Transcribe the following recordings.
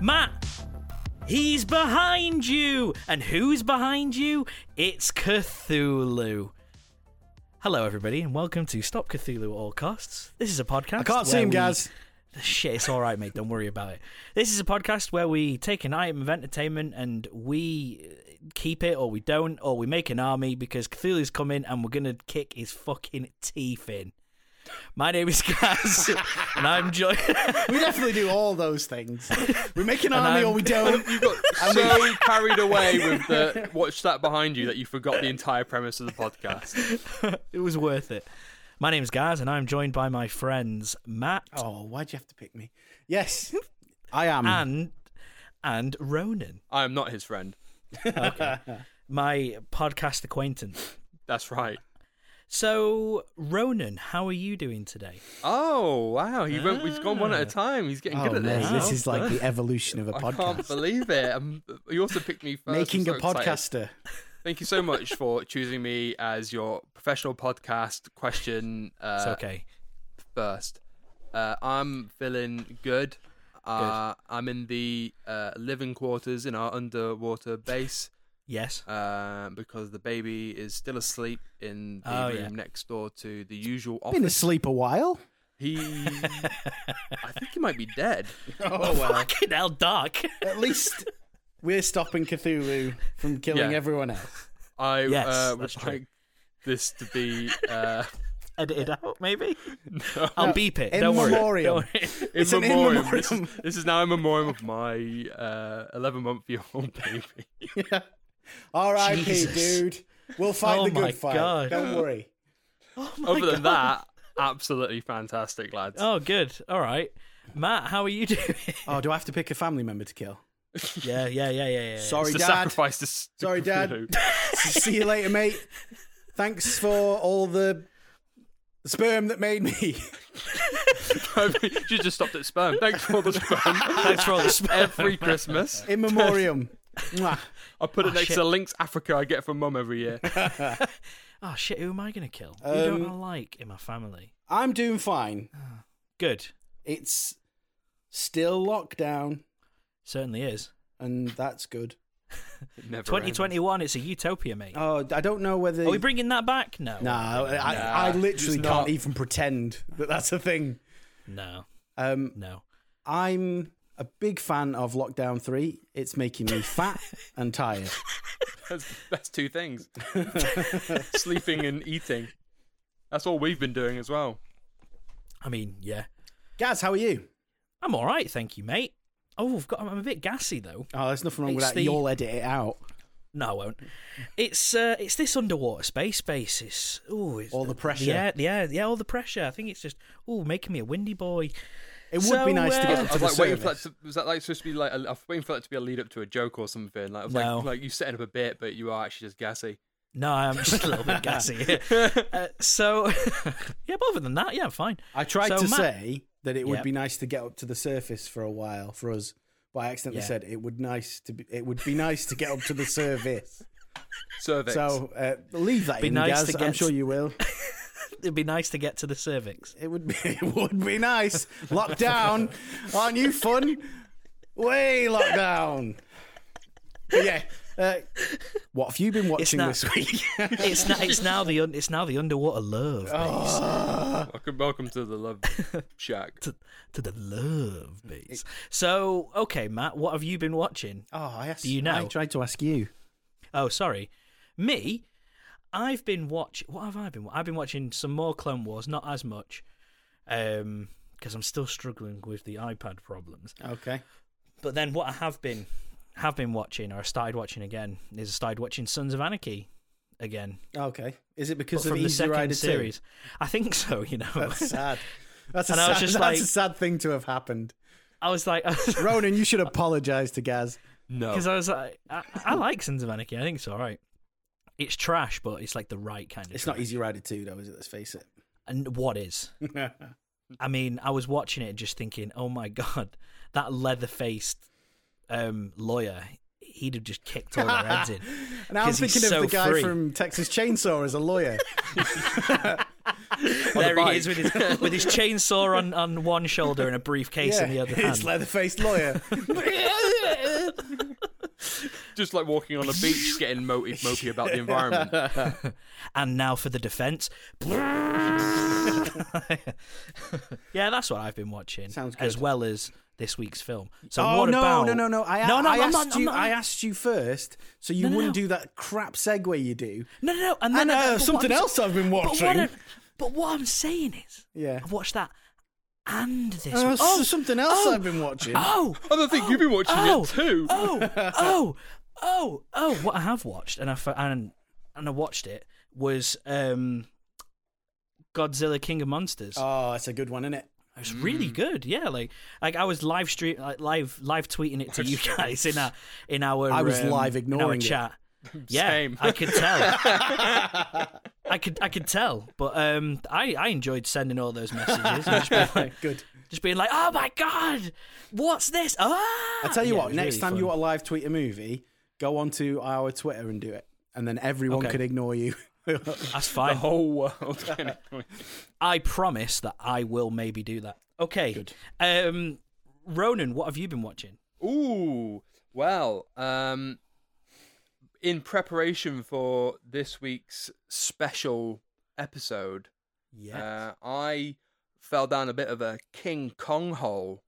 Matt, he's behind you. And who's behind you? It's Cthulhu. Hello, everybody, and welcome to Stop Cthulhu at All Costs. This is a podcast. I can't see where him, we- Gaz. Shit, it's all right, mate. Don't worry about it. This is a podcast where we take an item of entertainment and we uh, keep it, or we don't, or we make an army because Cthulhu's coming and we're gonna kick his fucking teeth in. My name is Gaz, and I'm joined. We definitely do all those things. We make an And army I'm- or we don't. You got so carried away with the what's that behind you that you forgot the entire premise of the podcast. it was worth it. My name's Gaz, and I'm joined by my friends Matt Oh, why'd you have to pick me? Yes, I am. and and Ronan, I am not his friend. my podcast acquaintance. That's right. So, Ronan, how are you doing today? Oh wow, he went. He's gone one at a time. He's getting oh, good at mate, this. this now. is like the evolution of a I can't podcast. believe it. Um you also picked me first. I'm Making so a excited. podcaster. Thank you so much for choosing me as your professional podcast question uh, It's okay. first. Uh, I'm feeling good. Uh, I'm in the uh, living quarters in our underwater base. Yes. uh, because the baby is still asleep in the Oh, room yeah. next door to the usual Been office. asleep a while. He, I think he might be dead. Oh well. Fucking hell, Doc. At least we're stopping Cthulhu from killing Yeah. everyone else. I Yes, uh, would that's true. like this to be uh, Edited out, maybe? I'll beep it. in Don't worry. memoriam. Don't worry. in It's an in memoriam. This, memoriam. is, this is now in memoriam of my 11 month year old baby. Oh R.I.P. Jesus. Dude. We'll fight Oh the my good fight. God. Don't worry. Oh my Other than God. that, absolutely fantastic, lads. Oh, good. All right. Matt, how are you doing? Oh, do I have to pick a family member to kill? yeah, yeah, yeah, yeah, yeah. Sorry, it's a Dad. sacrifice to s- Sorry, Dad. See you later, mate. Thanks for all the sperm that made me. you just stopped at sperm. Thanks for the sperm. Thanks for all the spare. Every Christmas, In memoriam. Mwah. I put it next shit. to Links Africa I get from Mum every year. Oh, shit. Who am I going to kill? who don't I like in my family? I'm doing fine. Good. It's still lockdown, Certainly is. and that's good. It never ends. 2021, it's a utopia, mate. Oh, I don't know whether. Are we bringing that back? No. no, I, I Nah, literally can't it's not. even pretend that that's a thing. No. Um, No. I'm a big fan of Lockdown 3. It's making me fat and tired. That's, that's two things sleeping and eating. That's all we've been doing as well. I mean, yeah. Gaz, how are you? I'm all right, thank you, mate. Oh, I've got, I'm a bit gassy, though. Oh, there's nothing wrong with It's that. the- You'll edit it out. No, I won't. It's uh, it's this underwater space basis. Ooh, it's, All the pressure. Yeah, yeah, yeah. All the pressure. I think it's just ooh, making me a windy boy. It would So, be nice to uh, get I into I was the like waiting for that. service. To, was that like supposed to be like? A, I was waiting for that to be a lead up to a joke or something. Like, I was No. like, like you setting up a bit, but you are actually just gassy. No, I'm just a little bit gassy. Uh, so, yeah. But other than that, yeah, I'm fine. I tried So, to Matt- say that it would Yep. be nice to get up to the surface for a while for us, but I accidentally Yeah. said it would nice to be, it would be nice to get up to the surface. Cervix. so uh, leave that Be in, nice Gaz. to I'm get- sure you will. It'd be nice to get to the cervix. It would be it would be nice. Lockdown, aren't you fun? Way lockdown. But yeah. Uh, what have you been watching not- this week? It's now it's now the un, it's now the underwater love Oh. base welcome, welcome to the love shack. to, to the love base. So, okay, Matt, what have you been watching? oh, I asked. you know? I tried to ask you. Oh, sorry, me. I've been watching. What have I been? wa- I've been watching some more Clone Wars, not as much, um, because I'm still struggling with the iPad problems. Okay. But then, what I have been have been watching, or I started watching again, is I started watching Sons of Anarchy again Okay. Is it but because of from the Easy second Rider 2? series. I think so. You know, That's sad. That's a, And I sad, was just that's like- a sad thing to have happened. I was like, because Ronan, you should apologise to Gaz. No, I was like, I, I like Sons of Anarchy. I think it's all right. It's trash, but it's like the right kind of. It's trash. not Easy Rider 2, though, is it? Let's face it. And what is? I mean, I was watching it just thinking, oh my god, that leather faced um, lawyer, he'd have just kicked all their heads in. Now I'm 'Cause he's thinking of so the guy free. from Texas Chainsaw as a lawyer. There he is with his with his chainsaw on, on one shoulder and a briefcase in the other hand. His leather-faced lawyer. Just like walking on a beach, getting mopey, mopey about the environment. and now for the defense. yeah, that's what I've been watching. Sounds As good. well as this week's film. So oh what no, about? no, no, no! I, no, no, I I'm asked not- I'm you. not- I asked you first, so you No, no, wouldn't no. do that crap segue you do. No, no, no. And then And uh, but what something I'm- else I've been watching. But what, I'm, but what I'm saying is, Yeah. I've watched that and this. Uh, one. s- oh, something else oh, I've been watching. Oh, I don't think oh, you've been watching it oh, too. Oh, oh, oh, oh! What I have watched, and I fo- and and I watched it was um, Godzilla King of Monsters. Oh, it's a good one, isn't it? It was really Mm. good. Yeah, like like I was live stream like live live tweeting it to you guys in our in our I was um, live in our ignoring it. chat. Yeah, Same. I could tell. I could I could tell, but um, I I enjoyed sending all those messages, and just, being like, Good. just being like, oh my god, what's this? Ah! I tell you what. Next time you are want to live tweet a movie, go onto our Twitter and do it, and then everyone Okay. can ignore you. that's fine. Whole uh, world. I promise that I will maybe do that. Okay. Good. Um, Ronan, what have you been watching? Ooh, well, um, in preparation for this week's special episode, Yeah. uh, I fell down a bit of a King Kong hole.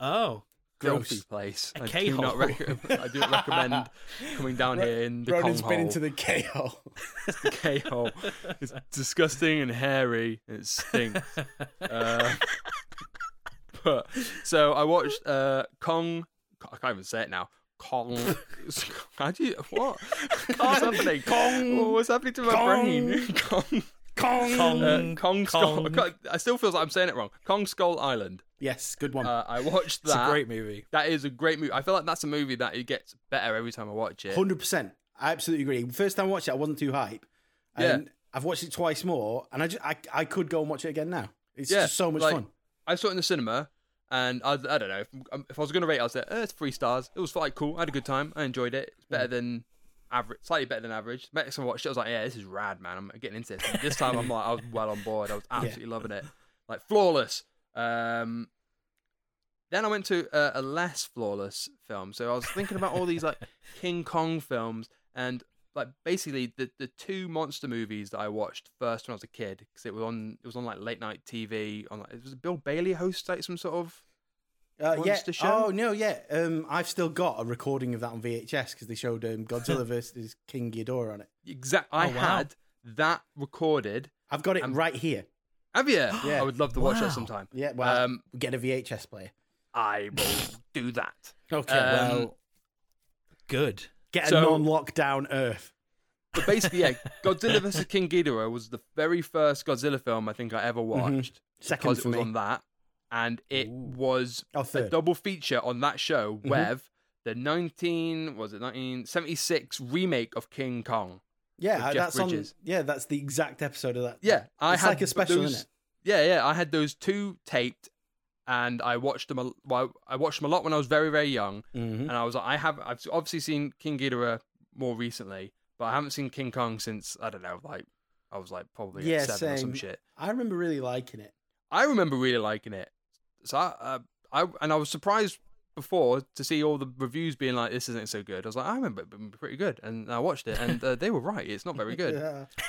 oh. Filthy Gross. place. A I do K-hole. not rec- I do not recommend coming down here in the Ronan's Kong been hole. into the K hole. the K hole. It's disgusting and hairy. and It stinks. uh, but so I watched uh, Kong. I can't even say it now. Kong. How do you what? What's happening? Kong. What's happening to my brain? Kong. Kong. Kong. Uh, Kong. Skull. I, Kong. can't- I still feel like I'm saying it wrong. Kong Skull Island. Yes, good one. Uh, I watched that. It's a great movie. That is a great movie. I feel like that's a movie that it gets better every time I watch it. Hundred percent. I absolutely agree. First time I watched it, I wasn't too hype. And Yeah. I've watched it twice more, and I, just, I I could go and watch it again now. It's Yeah, just so much like- fun. I saw it in the cinema, and I, I don't know if, um, if I was going to rate, it, I was like, eh, it's three stars. It was like cool. I had a good time. I enjoyed it. It's better than average, slightly better than average. Next time I watched it, I was like, yeah, this is rad, man. I'm getting into this. And this time I'm like, I was well on board. I was absolutely loving it, like flawless. Um, then I went to a, a less flawless film. So I was thinking about all these like King Kong films and like basically the, the two monster movies that I watched first when I was a kid because it was on it was on like late night TV on like it was Bill Bailey host like some sort of Uh, yeah. Monster Show? Oh no, yeah. Um, I've still got a recording of that on VHS because they showed um, Godzilla versus King Ghidorah on it. exact I Oh, wow. had that recorded. I've got it Um, right here. Have you? Yeah. I would love to watch Wow. that sometime. Yeah, well, Um, get a VHS player. I will do that. Okay, Um, well, good. get so- a non-lockdown Earth. But basically, yeah, Godzilla vs King Ghidorah was the very first Godzilla film I think I ever Mm-hmm. watched Second because it for was me. on that, and it was oh, a third. Mm-hmm. double feature on that show with the 19 was it 1976 remake of King Kong. yeah, uh, with Jeff that's on. Bridges. Yeah, that's the exact episode of that. Yeah, I it's had like a special, those, isn't it? Yeah, yeah, I had those two taped, and I watched them. A, well, I watched them a lot when I was very, very young, Mm-hmm. and I was like, I have. I've obviously seen King Ghidorah more recently, but I haven't seen King Kong since I don't know, like I was like probably Yeah, at seven or some same. shit. I remember really liking it. I remember really liking it. So I, uh, I and I was surprised before to see all the reviews being like, "This isn't so good." I was like, "I remember it being pretty good," and I watched it, and uh, they were right. It's not very good.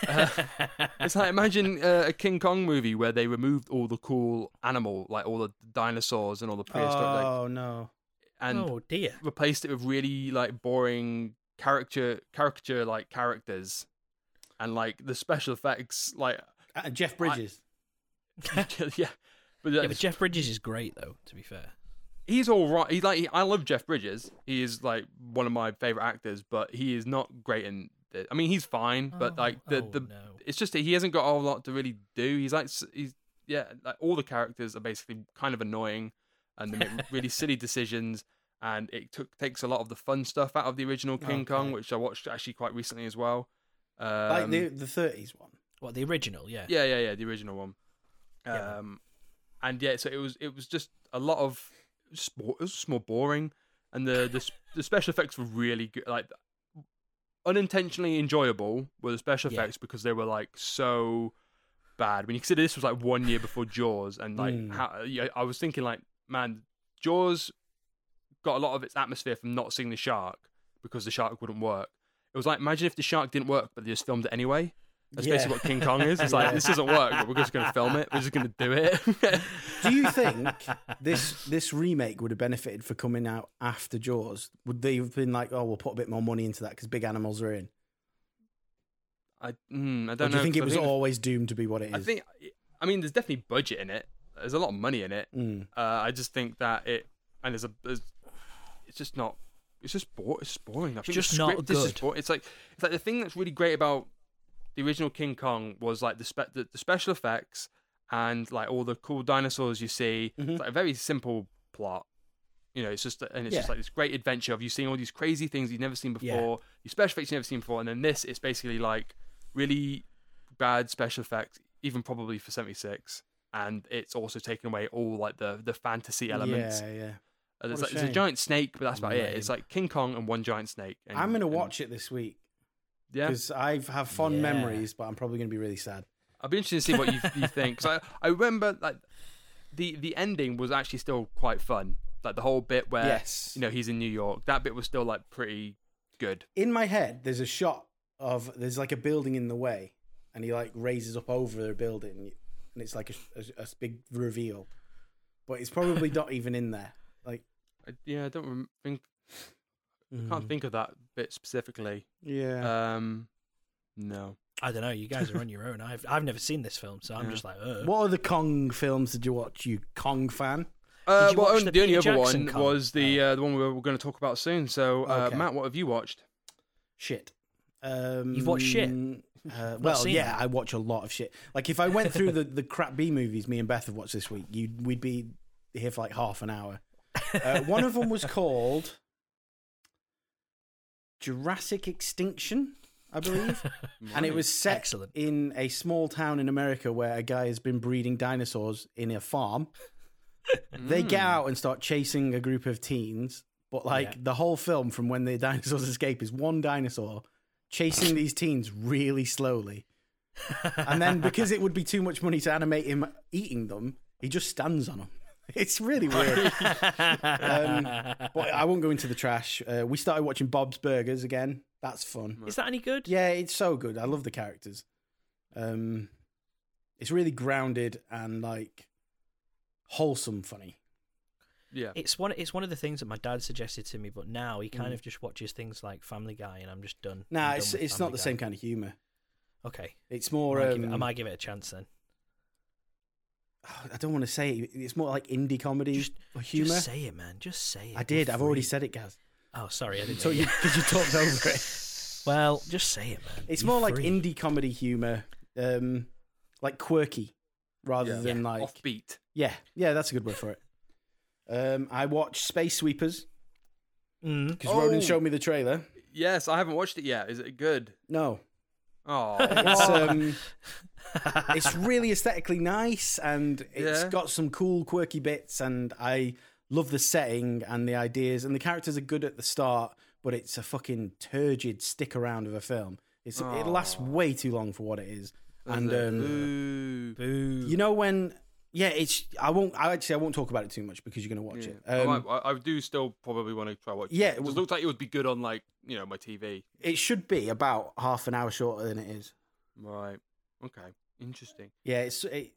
Yeah. It's like imagine uh, a King Kong movie where they removed all the cool animal, like all the dinosaurs and all the prehistoric, like, Oh no. and oh dear. replaced it with really like boring caricature, caricature like characters, and like the special effects, like Uh, Jeff Bridges. yeah. But, Yeah, but Jeff Bridges is great though. To be fair, he's all right. He's like I love Jeff Bridges. He is like one of my favorite actors, but he is not great in. The, I mean, he's fine, but Oh, like the oh, the no. it's just that he hasn't got a whole lot to really do. He's like s- he's yeah, like all the characters are basically kind of annoying, and they make really silly decisions. And it took takes a lot of the fun stuff out of the original King Kong, Okay. which I watched actually quite recently as well. Um, like the the thirties one. what the original? Yeah. yeah, yeah, yeah, the original one. Yeah. Um, and yeah, so it was it was just a lot of it was just bo- it was just more boring. and the the, s- the special effects were really good. Like unintentionally enjoyable were the special Yeah. effects because they were like so bad. When you consider this was like one year before Jaws, and like Hmm. Mm. how yeah, I was thinking like, man, Jaws got a lot of its atmosphere from not seeing the shark because the shark wouldn't work. It was like imagine if the shark didn't work, but they just filmed it anyway. That's Yeah. basically what King Kong is. It's like this doesn't work, but we're just going to film it. We're just going to do it. Do you think this this remake would have benefited for coming out after Jaws? Would they have been like, oh, we'll put a bit more money into that because big animals are in? I, mm, I Or don't do know. you think it 'cause was I always doomed to be what it is? I think. I mean, there's definitely budget in it. There's a lot of money in it. Mm. Uh, I just think that it and there's a. There's, it's just not. It's just boring. It's just boring. I think just the not script is just good. boring. It's like it's like the thing that's really great about the original King Kong was like the spe- the, the special effects and like all the cool dinosaurs you see. Mm-hmm. It's like a very simple plot. You know, it's just and it's just Yeah. like this great adventure of you seeing all these crazy things you've never seen before, Yeah. your special effects you've never seen before, and then this it's basically like really bad special effects, even probably for seventy six. And it's also taken away all like the the fantasy elements. Yeah, yeah. Uh, There's, What like, a there's a shame. giant snake, but that's about it. Lame. It's like King Kong and one giant snake. And, I'm gonna and- watch it this week Yeah, because I have fond Yeah. memories, but I'm probably gonna be really sad. I'll be interested to see what you, you think. 'Cause I, I remember like the the ending was actually still quite fun. Like the whole bit where Yes. you know he's in New York. That bit was still like pretty good. In my head, there's a shot of there's like a building in the way, and he like raises up over the building, and it's like a, a, a big reveal, but it's probably not even in there. Like, I, yeah, I don't rem- think Mm-hmm. can't think of that bit specifically. Hmm. yeah, Um, no, I don't know. You guys are on your own. I've I've never seen this film, so I'm Yeah. just like, Ugh. Uh, What other Kong films did you watch, you Kong fan? uh, you well, watch only, the the, only Peter other Jackson Oh. one Kong? was the uh, the one we were going to talk about soon. So, uh, Okay. Matt, what have you watched? Shit. Um, You've watched shit? Uh, well, seen yeah, that? I watch a lot of shit. Like if I went through the, the crap B movies me and Beth have watched this week, you we'd be here for like half an hour. Uh, one of them was called Jurassic Extinction, I believe, and it was set Excellent. in a small town in America where a guy has been breeding dinosaurs in a farm. Mm. They get out and start chasing a group of teens, but like Yeah. the whole film from when the dinosaurs escape is one dinosaur chasing these teens really slowly. And then because it would be too much money to animate him eating them, he just stands on them. It's really weird. um, but I won't go into the trash. Uh, we started watching Bob's Burgers again. That's fun. Is that any good? Yeah, it's so good. I love the characters. Um, it's really grounded and like wholesome funny. Yeah, It's one. It's one of the things that my dad suggested to me, but now he kind of just watches things like Family Guy, and I'm just done. Mm. Nah, I'm it's done with it's not Family the Guy. same kind of humor. Okay, It's more. I, might um, give it, I might give it a chance then. I don't want to say it. It's more like indie comedy or humor. Just say it, man. Just say it. I did. We're I've already free. said it, Gaz. Oh, sorry, I didn't. So hear you you. because you talked over it. Well, just say it, man. It's You're more like free. indie comedy humor, um, like quirky, rather Yeah. than like offbeat. yeah, yeah. That's a good word for it. Um, I watched Space Sweepers Mm. because Ronan Oh. showed me the trailer. Yes, I haven't watched it yet. Is it good? No, Oh, It's um, it's really aesthetically nice, and it's Yeah. got some cool, quirky bits. And I love the setting and the ideas, and the characters are good at the start, but it's a fucking turgid stick around of a film. It's it lasts way too long for what it is, and um, Ooh. Boo. you know when. Yeah, it's. I won't. I actually, I won't talk about it too much because you're going to watch I, it. Um, might- I- I do still probably want to try watch. Yeah, it, it it was- looks like it would be good on like you know my TV. it should be about half an hour shorter than it is. Right. Okay. Interesting. Yeah, it's it,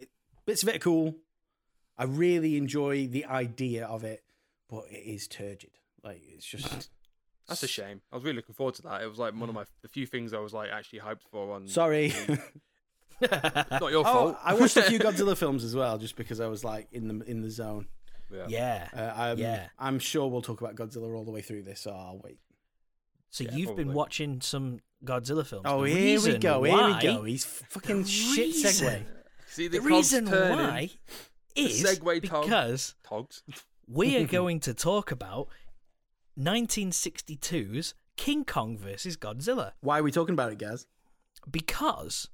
it, bits of it are cool. I really enjoy the idea of it, but it is turgid. Like it's just That's a shame. I was really looking forward to that. It was like Mm. one of my the few things I was like actually hyped for on. sorry. not your fault. oh, I watched a few Godzilla films as well, just because I was like in the in the zone. yeah. yeah. Uh, I'm, Yeah. I'm sure we'll talk about Godzilla all the way through this. So I'll wait. So Yeah, you've been probably. watching some Godzilla films. Oh, The here we reason go. why- Here we go. He's fucking shit segue. reason- See The, the, cogs reason turning. why is segue tongue. because Togs. we are going to talk about 1962's King Kong versus Godzilla Why are we talking about it, Gaz? because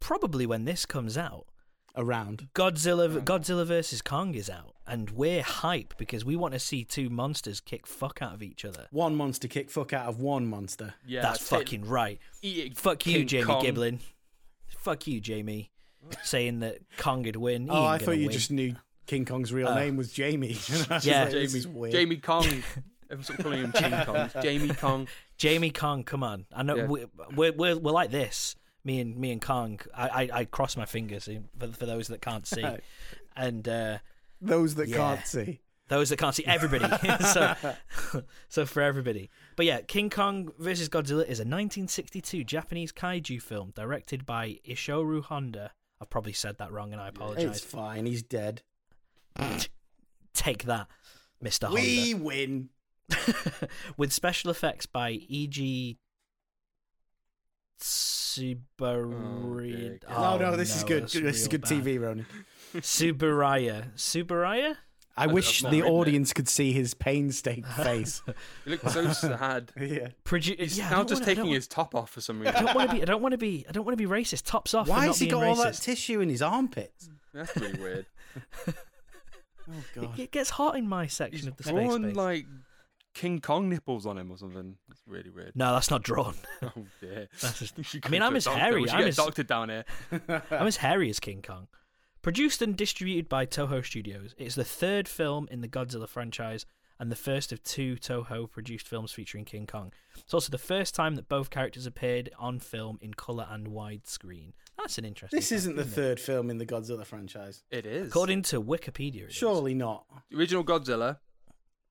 probably when this comes out, Around. Mm. Godzilla Godzilla versus Kong is out, and we're hype because we want to see two monsters kick fuck out of each other. One monster kick fuck out of one monster. Yeah, That's take- fucking right. eat it, Fuck you, King Jamie Kong. Giblin. Fuck you, Jamie. Saying that Kong would win. He Oh, ain't I gonna thought you win. just knew King Kong's real name was Jamie. Yeah. Jamie's Jamie, weird. Jamie Kong. Everyone's sort of calling him King Kong. Jamie Kong. Jamie Kong, come on. I know Yeah. we, we're, we're we're like this. Me and me and Kong. I I, I cross my fingers in- for for those that can't see, and uh, Those that Yeah. can't see. those that can't see everybody. so so for everybody. But yeah, King Kong versus Godzilla is a 1962 Japanese kaiju film directed by Ishoru Honda. I've probably said that wrong, and I It's apologize. fine. He's dead. Take that, Mister Honda. We win. with special effects by E E.G. Subaraya. Oh, dear No, no, this is good. that's This is real good bad. TV, Ronan. Subaraya. Subaraya? I That's wish not the written, audience could see his painstaking face. He looked so sad. yeah. Produ- He's yeah, I now don't just wanna- I taking don't- his top off for some I reason. don't want to be. I don't want to be. I don't want to be racist. Tops off. for Why not has he being got racist. all that tissue in his armpits? That's really weird. Oh It- god. It gets hot in my He's section of the space. drawn Base. like King Kong nipples on him or something. It's really weird. No, that's not drawn. Oh dear. That's just- You should I mean, go I'm to a as doctor. hairy, We should I'm get as- a doctor down here. I'm as hairy as King Kong. Produced and distributed by Toho Studios, it's the third film in the Godzilla franchise and the first of two Toho produced films featuring King Kong. It's also the first time that both characters appeared on film in colour and widescreen. That's an interesting. This fact, isn't the it? third film in the Godzilla franchise. It is. According to Wikipedia, it is. Surely not. The original Godzilla,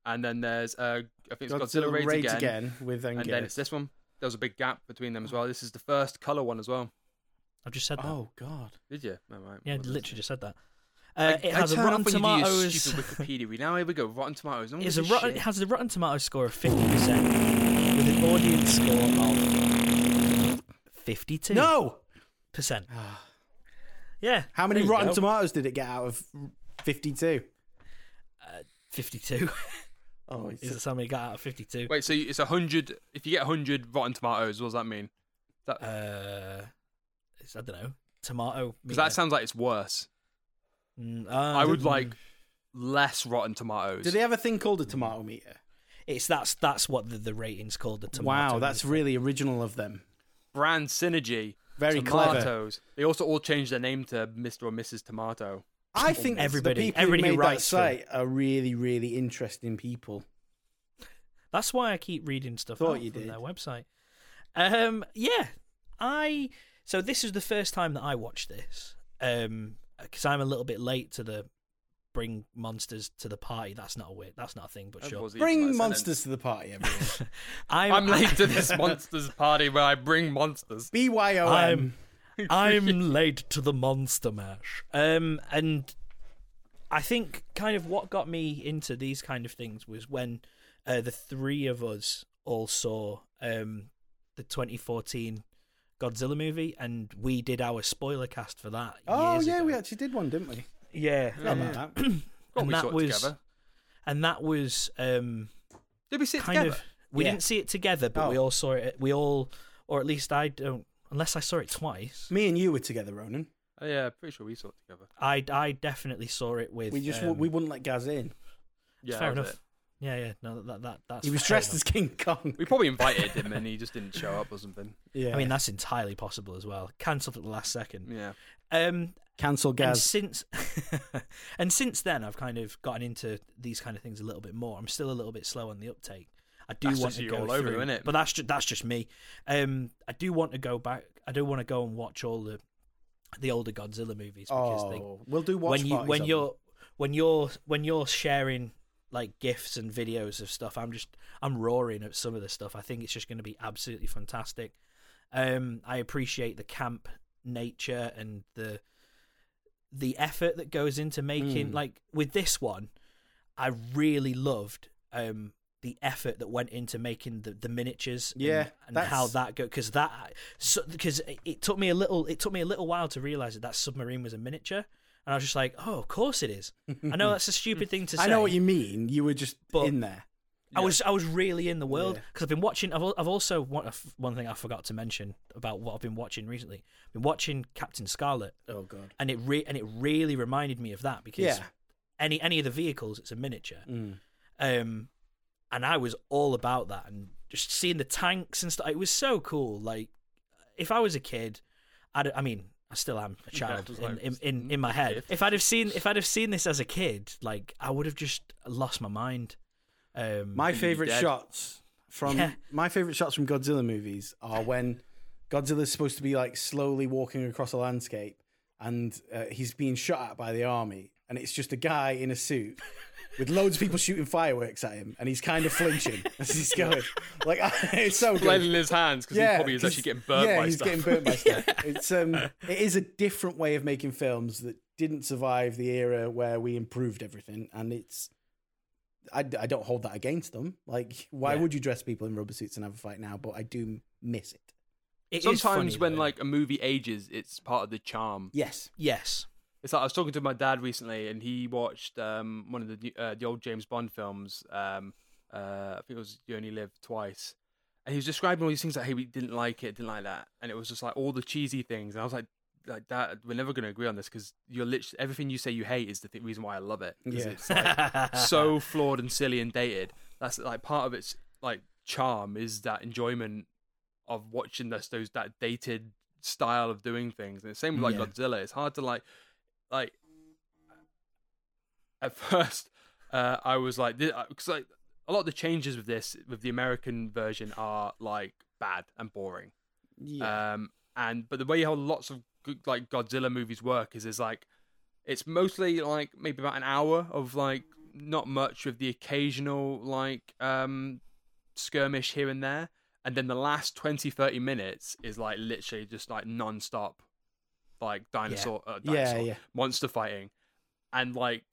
and then there's uh, I think it's Godzilla, Raids, again, with and Engel. then it's this one. There was a big gap between them as well. This is the first color one as well. I've just said that. Oh god. Did you? All right. yeah, I Well, that's- literally just said that. Uh, I- it has I a turn Rotten off when you do your Tomatoes. Stupid Wikipedia. We now here we go. Rotten Tomatoes. It's a rotten, it has a Rotten Tomatoes score of 50% with an audience score of 52%. No. Yeah. How many there you Rotten go. Tomatoes did it get out of 52? 52. Oh, Is that how many got out of 52? Wait, so you- it's a hundred. If you get hundred Rotten Tomatoes, what does that mean? That Uh, it's- I don't know. Tomato. because meter. that sounds like it's worse. Mm, uh, I would like less Rotten Tomatoes. Do they have a thing called a tomato meter? It's that's that's what the, the ratings called the tomato. wow, that's meter. really original of them. Brand synergy. Very clever. tomatoes. They also all changed their name to Mr. or Mrs. Tomato. I think Everybody- the people everybody who made that writes for site are really, really interesting people. That's why I keep reading stuff Thought out you from did. their website. Um, yeah, I. So this is the first time that I watched this Um because I'm a little bit late to the bring monsters to the party. That's not a weird. That's not a thing, but That sure. was even like a Bring sentence. monsters to the party, everyone. I'm, I'm late to this monsters party where I bring monsters. BYOM. I'm I'm late to the monster mash. Um, and I think kind of what got me into these kind of things was when uh, the three of us all saw um the 2014 Godzilla movie, and we did our spoiler cast for that. Oh, years yeah, ago. we actually did one, didn't we? yeah, Forgot and, about that. Well, and we saw that it was together. and that was um Did we sit kind together? of we Yeah. didn't see it together, but Oh. we all saw it. We all, or at least I don't, unless I saw it twice. Me and you were together, Ronan. Oh, yeah, pretty sure we saw it together. I, I definitely saw it with. We just um, we wouldn't let Gaz in. Yeah, fair that was enough. it. Yeah, yeah. No, that that that's. He was fair dressed as enough. King Kong. We probably invited him and he just didn't show up or something. Yeah. I mean, that's entirely possible as well. Cancelled at the last second. Yeah. Um, cancel and Gaz. since and since then, I've kind of gotten into these kind of things a little bit more. I'm still a little bit slow on the uptake. I do That's want just to you go all over, through, innit? but that's just that's just me. Um, I do want to go back. I do want to go and watch all the the older Godzilla movies because they Oh, we'll do watch when you parties when on you're when you're when you're sharing like gifs and videos of stuff i'm just i'm roaring at some of the stuff i think it's just going to be absolutely fantastic um i appreciate the camp nature and the the effort that goes into making Mm. like with this one i really loved um the effort that went into making the, the miniatures and- Yeah, and, how that's- that go because that because it took me a little it took me a little while to realize that that submarine was a miniature and i was just like oh of course it is i know that's a stupid thing to them. say I know what you mean. You were just But- in there. I was I was really in the world Yeah. because I've been watching. I've, al- I've also one, one thing I forgot to mention about what I've been watching recently. I've been watching Captain Scarlet, Oh god. and it re- and it really reminded me of that because Yeah. any any of the vehicles. It's a miniature. Mm. Um, and I was all about that and just seeing the tanks and stuff. It was so cool. Like if I was a kid, I'd, I mean, I still am a child it's like- in, in, in, in my head. Mm. Kid. If I'd have seen if I'd have seen this as a kid, like I would have just lost my mind. Um, My be favorite dead. shots from Yeah. my favorite shots from Godzilla movies are when Godzilla's supposed to be like slowly walking across a landscape and uh, he's being shot at by the army and it's just a guy in a suit with loads of people shooting fireworks at him and he's kind of flinching as he's going. Like it's so good. flailing his hands because he probably is 'cause- actually getting burnt yeah, by he's stuff. getting burnt by stuff. It's um, it is a different way of making films that didn't survive the era where we improved everything, and it's. I, I don't hold that against them. Like, why Yeah. would you dress people in rubber suits and have a fight now? But I do miss it. It is Sometimes funny, when though. like a movie ages, it's part of the charm. Yes. yes, It's like I was talking to my dad recently, and he watched um, one of the new- uh, the old James Bond films. Um, uh, I think it was You Only Live Twice, and he was describing all these things like, "Hey, we didn't like it, didn't like that," and it was just like all the cheesy things. And I was like, "Like that, we're never going to agree on this because you're literally everything you say you hate is the th- reason why I love it. 'cause Yeah. it's like so flawed and silly and dated. That's like part of its like charm is that enjoyment of watching this those that dated style of doing things. And the same with like Yeah. Godzilla. It's hard to like like at first uh, I was like because like a lot of the changes with this with the American version are like bad and boring. Yeah. Um, and but the way how lots of good, like Godzilla movies work is is like it's mostly like maybe about an hour of like not much with the occasional like um skirmish here and there and then the last 20 30 minutes is like literally just like non-stop like dinosaur, uh, Yeah, dinosaur yeah. monster fighting and like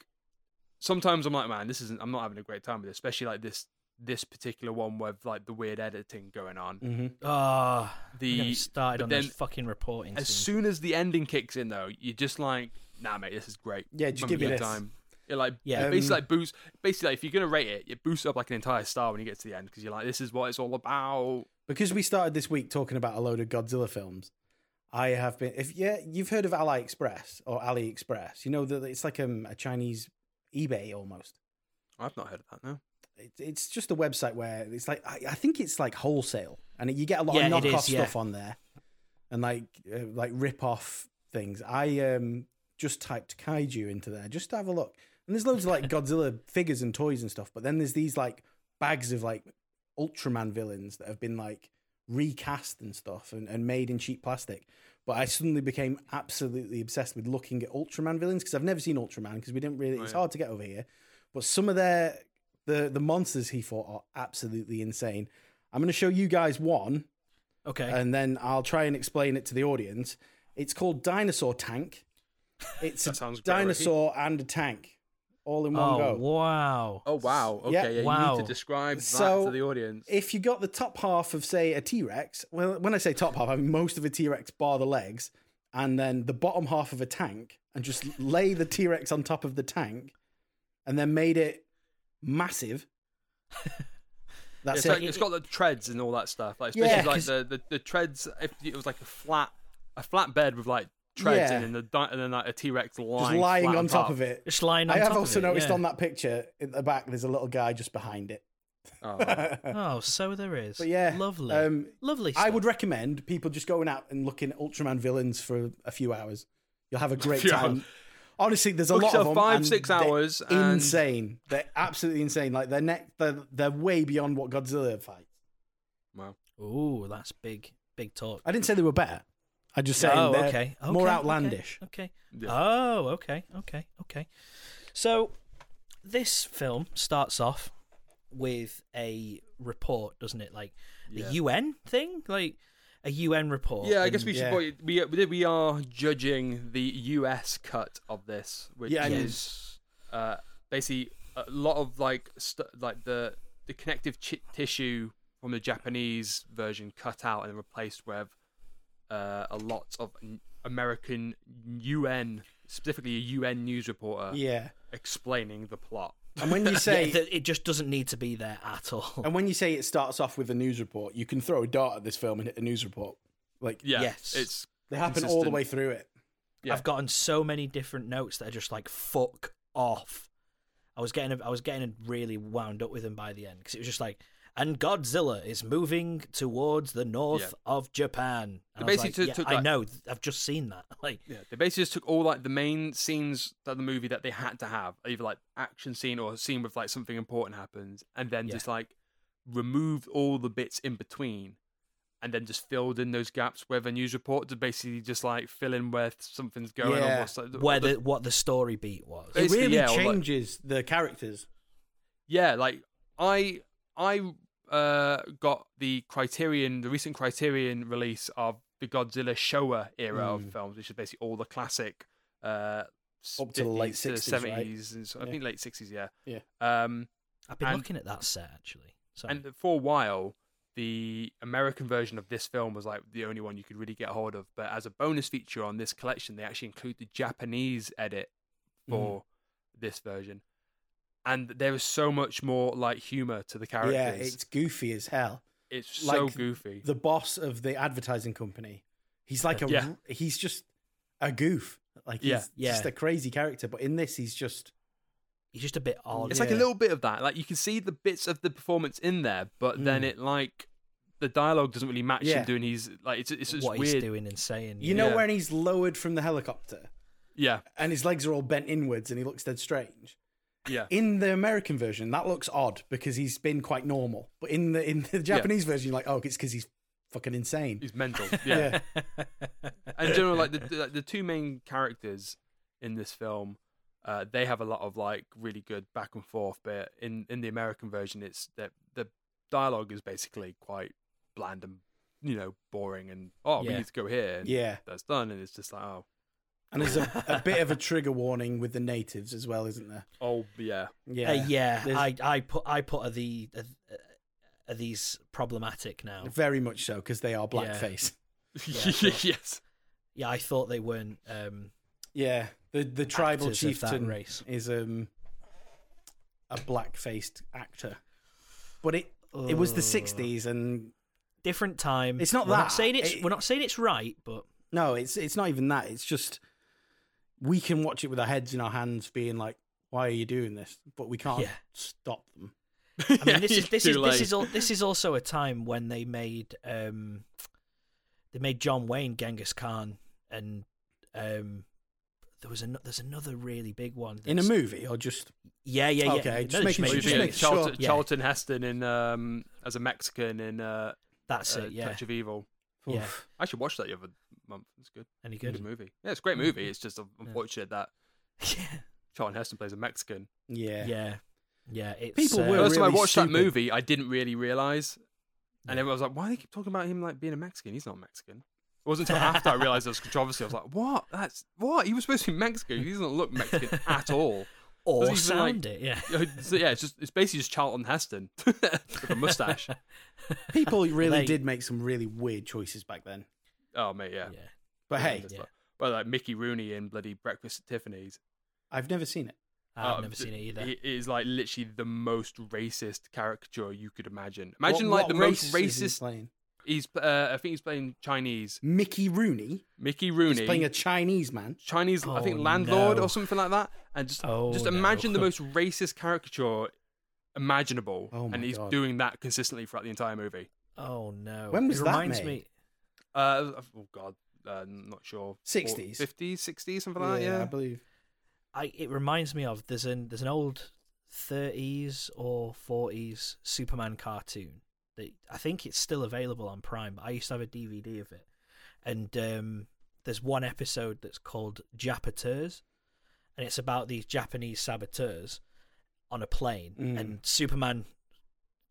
sometimes i'm like man this isn't i'm not having a great time with this especially like this this particular one with like the weird editing going on hmm oh, The- the started but on those then fucking reporting. as scenes. soon as the ending kicks in, though, you're just like, nah, mate, this is great. Yeah, just Remember give me your this. You're like, Yeah. yeah, basically Um, like boost. Basically, like, if you're gonna rate it, it boosts up like an entire star when you get to the end because you're like, this is what it's all about. Because we started this week talking about a load of Godzilla films. I have been. If yeah, you've heard of AliExpress or AliExpress. You know that it's like um, a Chinese eBay almost. I've not heard of that. No, it, it's just a website where it's like I, I think it's like wholesale, and you get a lot Yeah, of it is, knockoff yeah. stuff on there, and like uh, like rip off things. I um just typed kaiju into there just to have a look, and there's loads of like Godzilla figures and toys and stuff. But then there's these like bags of like Ultraman villains that have been like recast and stuff and, and made in cheap plastic. But I suddenly became absolutely obsessed with looking at Ultraman villains because I've never seen Ultraman because we didn't really. It's Oh, yeah. hard to get over here. But some of their the the monsters he fought are absolutely insane. I'm going to show you guys one, okay, and then I'll try and explain it to the audience. It's called Dinosaur Tank. It's That sounds a great, Ricky. dinosaur and a tank, all in one oh go. wow, Oh wow. Okay. Yeah. Yeah. You Wow. need to describe that So- to the audience. if you got the top half of say a t-rex well when i say top half i mean most of a t-rex bar the legs and then the bottom half of a tank and just lay the t-rex on top of the tank and then made it massive that's It's, like, it it's got the treads and all that stuff. Like Yeah, especially like 'cause- the, the the treads. If it was like a flat a flat bed with like treads Yeah. and then the di- and then like a T Rex lying just lying flat on top of it just lying. On i have top also of it, noticed yeah. on that picture at the back there's a little guy just behind it Oh. Oh, so there is. But yeah, lovely, um, lovely. i stuff. would recommend people just going out and looking at ultraman villains for a few hours you'll have a great few time hours. Honestly, there's a Book lot of yourself them. five, and six they're hours and- Insane. They're absolutely insane. Like they're neck, they're, they're way beyond what Godzilla fights. Wow. Ooh, that's big, big talk. I didn't say they were better. I just said oh, they're okay. okay. more okay, outlandish. Okay. Yeah. Oh, okay. Okay. Okay. So this film starts off with a report, doesn't it? Like the Yeah. UN thing, like a UN report. Yeah, I guess and- we should. yeah. probably- We, we we are judging the US cut of this, which Yeah, I mean- is uh, basically a lot of like st- like the the connective chi tissue from the Japanese version cut out and replaced with uh, a lot of n- American UN, specifically a UN news reporter, Yeah. explaining the plot. And when you yeah, say that it just doesn't need to be there at all. and when you say it starts off with a news report, you can throw a dart at this film and hit a news report. Like Yeah, Yes. it's they happen all the consistent. way through it. yeah. I've gotten so many different notes that are just like fuck off. I was getting I was getting really wound up with him by the end because it was just like, and Godzilla is moving towards the north of Japan. And I was basically like, took- "Yeah, took I that- know, th- I've just seen that. Like, Yeah, they basically just took all like the main scenes of the movie that they had to have, either like action scene or a scene with like something important happens, and then Yeah. just like removed all the bits in between, and then just filled in those gaps with a news report to basically just like fill in where something's going Yeah. on. What's, like, the- where the- the, what the story beat was. It- It Basically, really yeah, or like- changes the characters. yeah, like I I uh got the Criterion, the recent Criterion release of the Godzilla Showa era of Mm. films, which is basically all the classic uh Up to the late 60s, right? seventies, and so, I Yeah. think late sixties, yeah. Yeah. Um, I've been and- looking at that set actually. So and for a while, the American version of this film was like the only one you could really get hold of. But as a bonus feature on this collection, they actually include the Japanese edit for Mm. this version, and there is so much more like humor to the characters. Yeah, it's goofy as hell. It's like so goofy. The boss of the advertising company, he's like a Yeah. he's just a goof. Like he's Yeah. Yeah. just a crazy character, but in this he's just he's just a bit odd. it's like a yeah. little bit of that. Like you can see the bits of the performance in there, but then Mm. it like the dialogue doesn't really match Yeah. him doing his like it's it's just what weird. he's doing and saying. you yeah. know Yeah. when he's lowered from the helicopter Yeah, and his legs are all bent inwards and he looks dead strange. yeah. In the American version, that looks odd because he's been quite normal. But in the in the Japanese version, you're like, oh, it's because he's fucking insane. He's mental. Yeah. Yeah. and in Uh, general, like the, the the two main characters in this film, uh, they have a lot of like really good back and forth. But in in the American version, it's that the dialogue is basically quite bland and you know boring and oh we Yeah. need to go here and Yeah. that's done and it's just like oh And there's a, a bit of a trigger warning with the natives as well, isn't there? oh yeah Yeah. Uh, yeah, There's- I, I put I put are the are, are these problematic now? Very much so, because they are Yeah. blackface. Yeah, sure. yes Yeah, I thought they weren't. Um, Yeah. The the tribal actors of that chieftain race. is um a black faced actor. But it it was the Uh. sixties and different time. Oh. It's not we're that. Not saying it's, It- we're not saying it's right, but no, it's it's not even that. It's just we can watch it with our heads in our hands being like, Why are you doing this? But we can't Yeah. stop them. I mean, this Yeah, is this too is this late. is all this is also a time when they made um, they made John Wayne, Genghis Khan, and um, there was an, there's another really big one In a that's- movie or just Yeah, yeah, yeah. Okay, No, just making Well, sure- you just think make sure. Charlton, Yeah. Charlton Heston in um, as a Mexican in uh, That's uh, it. Yeah. Touch of Evil. Yeah. Oof. I should watch that the other month. It's good. Any Good, good? movie. Yeah, it's a great movie. It's just unfortunate that Yeah. Charlton Heston plays a Mexican. Yeah. Yeah. Yeah. It's, People uh, will First time I really watched that stupid. movie, I didn't really realize, and everyone was like, "Why do they keep talking about him like being a Mexican? He's not Mexican." It wasn't until after I realized there was controversy. I was like, "What? That's what? He was supposed to be Mexican. He doesn't look Mexican at all." or Doesn't even, like- sound it. Yeah. So, yeah, it's just it's basically just Charlton Heston with a mustache. People really They- did make some really weird choices back then. Oh mate, yeah. Yeah. But Yeah, hey, just yeah. like- But like Mickey Rooney in bloody Breakfast at Tiffany's. I've never seen it. I've Uh, never seen it either. It is like literally the most racist caricature you could imagine. Imagine What- like the what most race is racist. he playing? He's uh, I think he's playing Chinese. Mickey Rooney. Mickey Rooney. He's playing a Chinese man. Chinese, I think Oh, landlord no. or something like that, and just Oh, just no. imagine the most racist caricature imaginable, Oh, my and he's God. doing that consistently throughout the entire movie. oh no. When was it that reminds made? me Uh, oh God, uh, not sure. 60s. fifties, sixties, something like that. Yeah, I believe. I it reminds me of there's an there's an old 30s or 40s Superman cartoon that I think it's still available on Prime. But I used to have a DVD of it, and um, there's one episode that's called Japateurs, and it's about these Japanese saboteurs on a plane, Mm. and Superman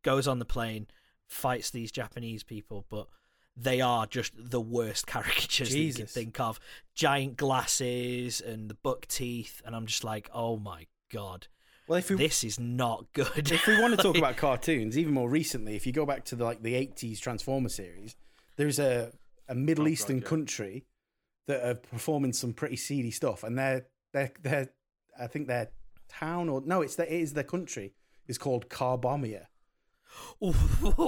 goes on the plane, fights these Japanese people, but they are just the worst caricatures that you can Jesus. think of. Giant glasses and the buck teeth, and I'm just like, oh my god, Well, if we this is not good. if we want to talk Like, about cartoons, even more recently, if you go back to the, like the '80s Transformer series, there's a a Middle Oh, God, Eastern yeah. country that are performing some pretty seedy stuff, and their their their I think their town or no, it's their, it is their country is called Carbomia. Oh,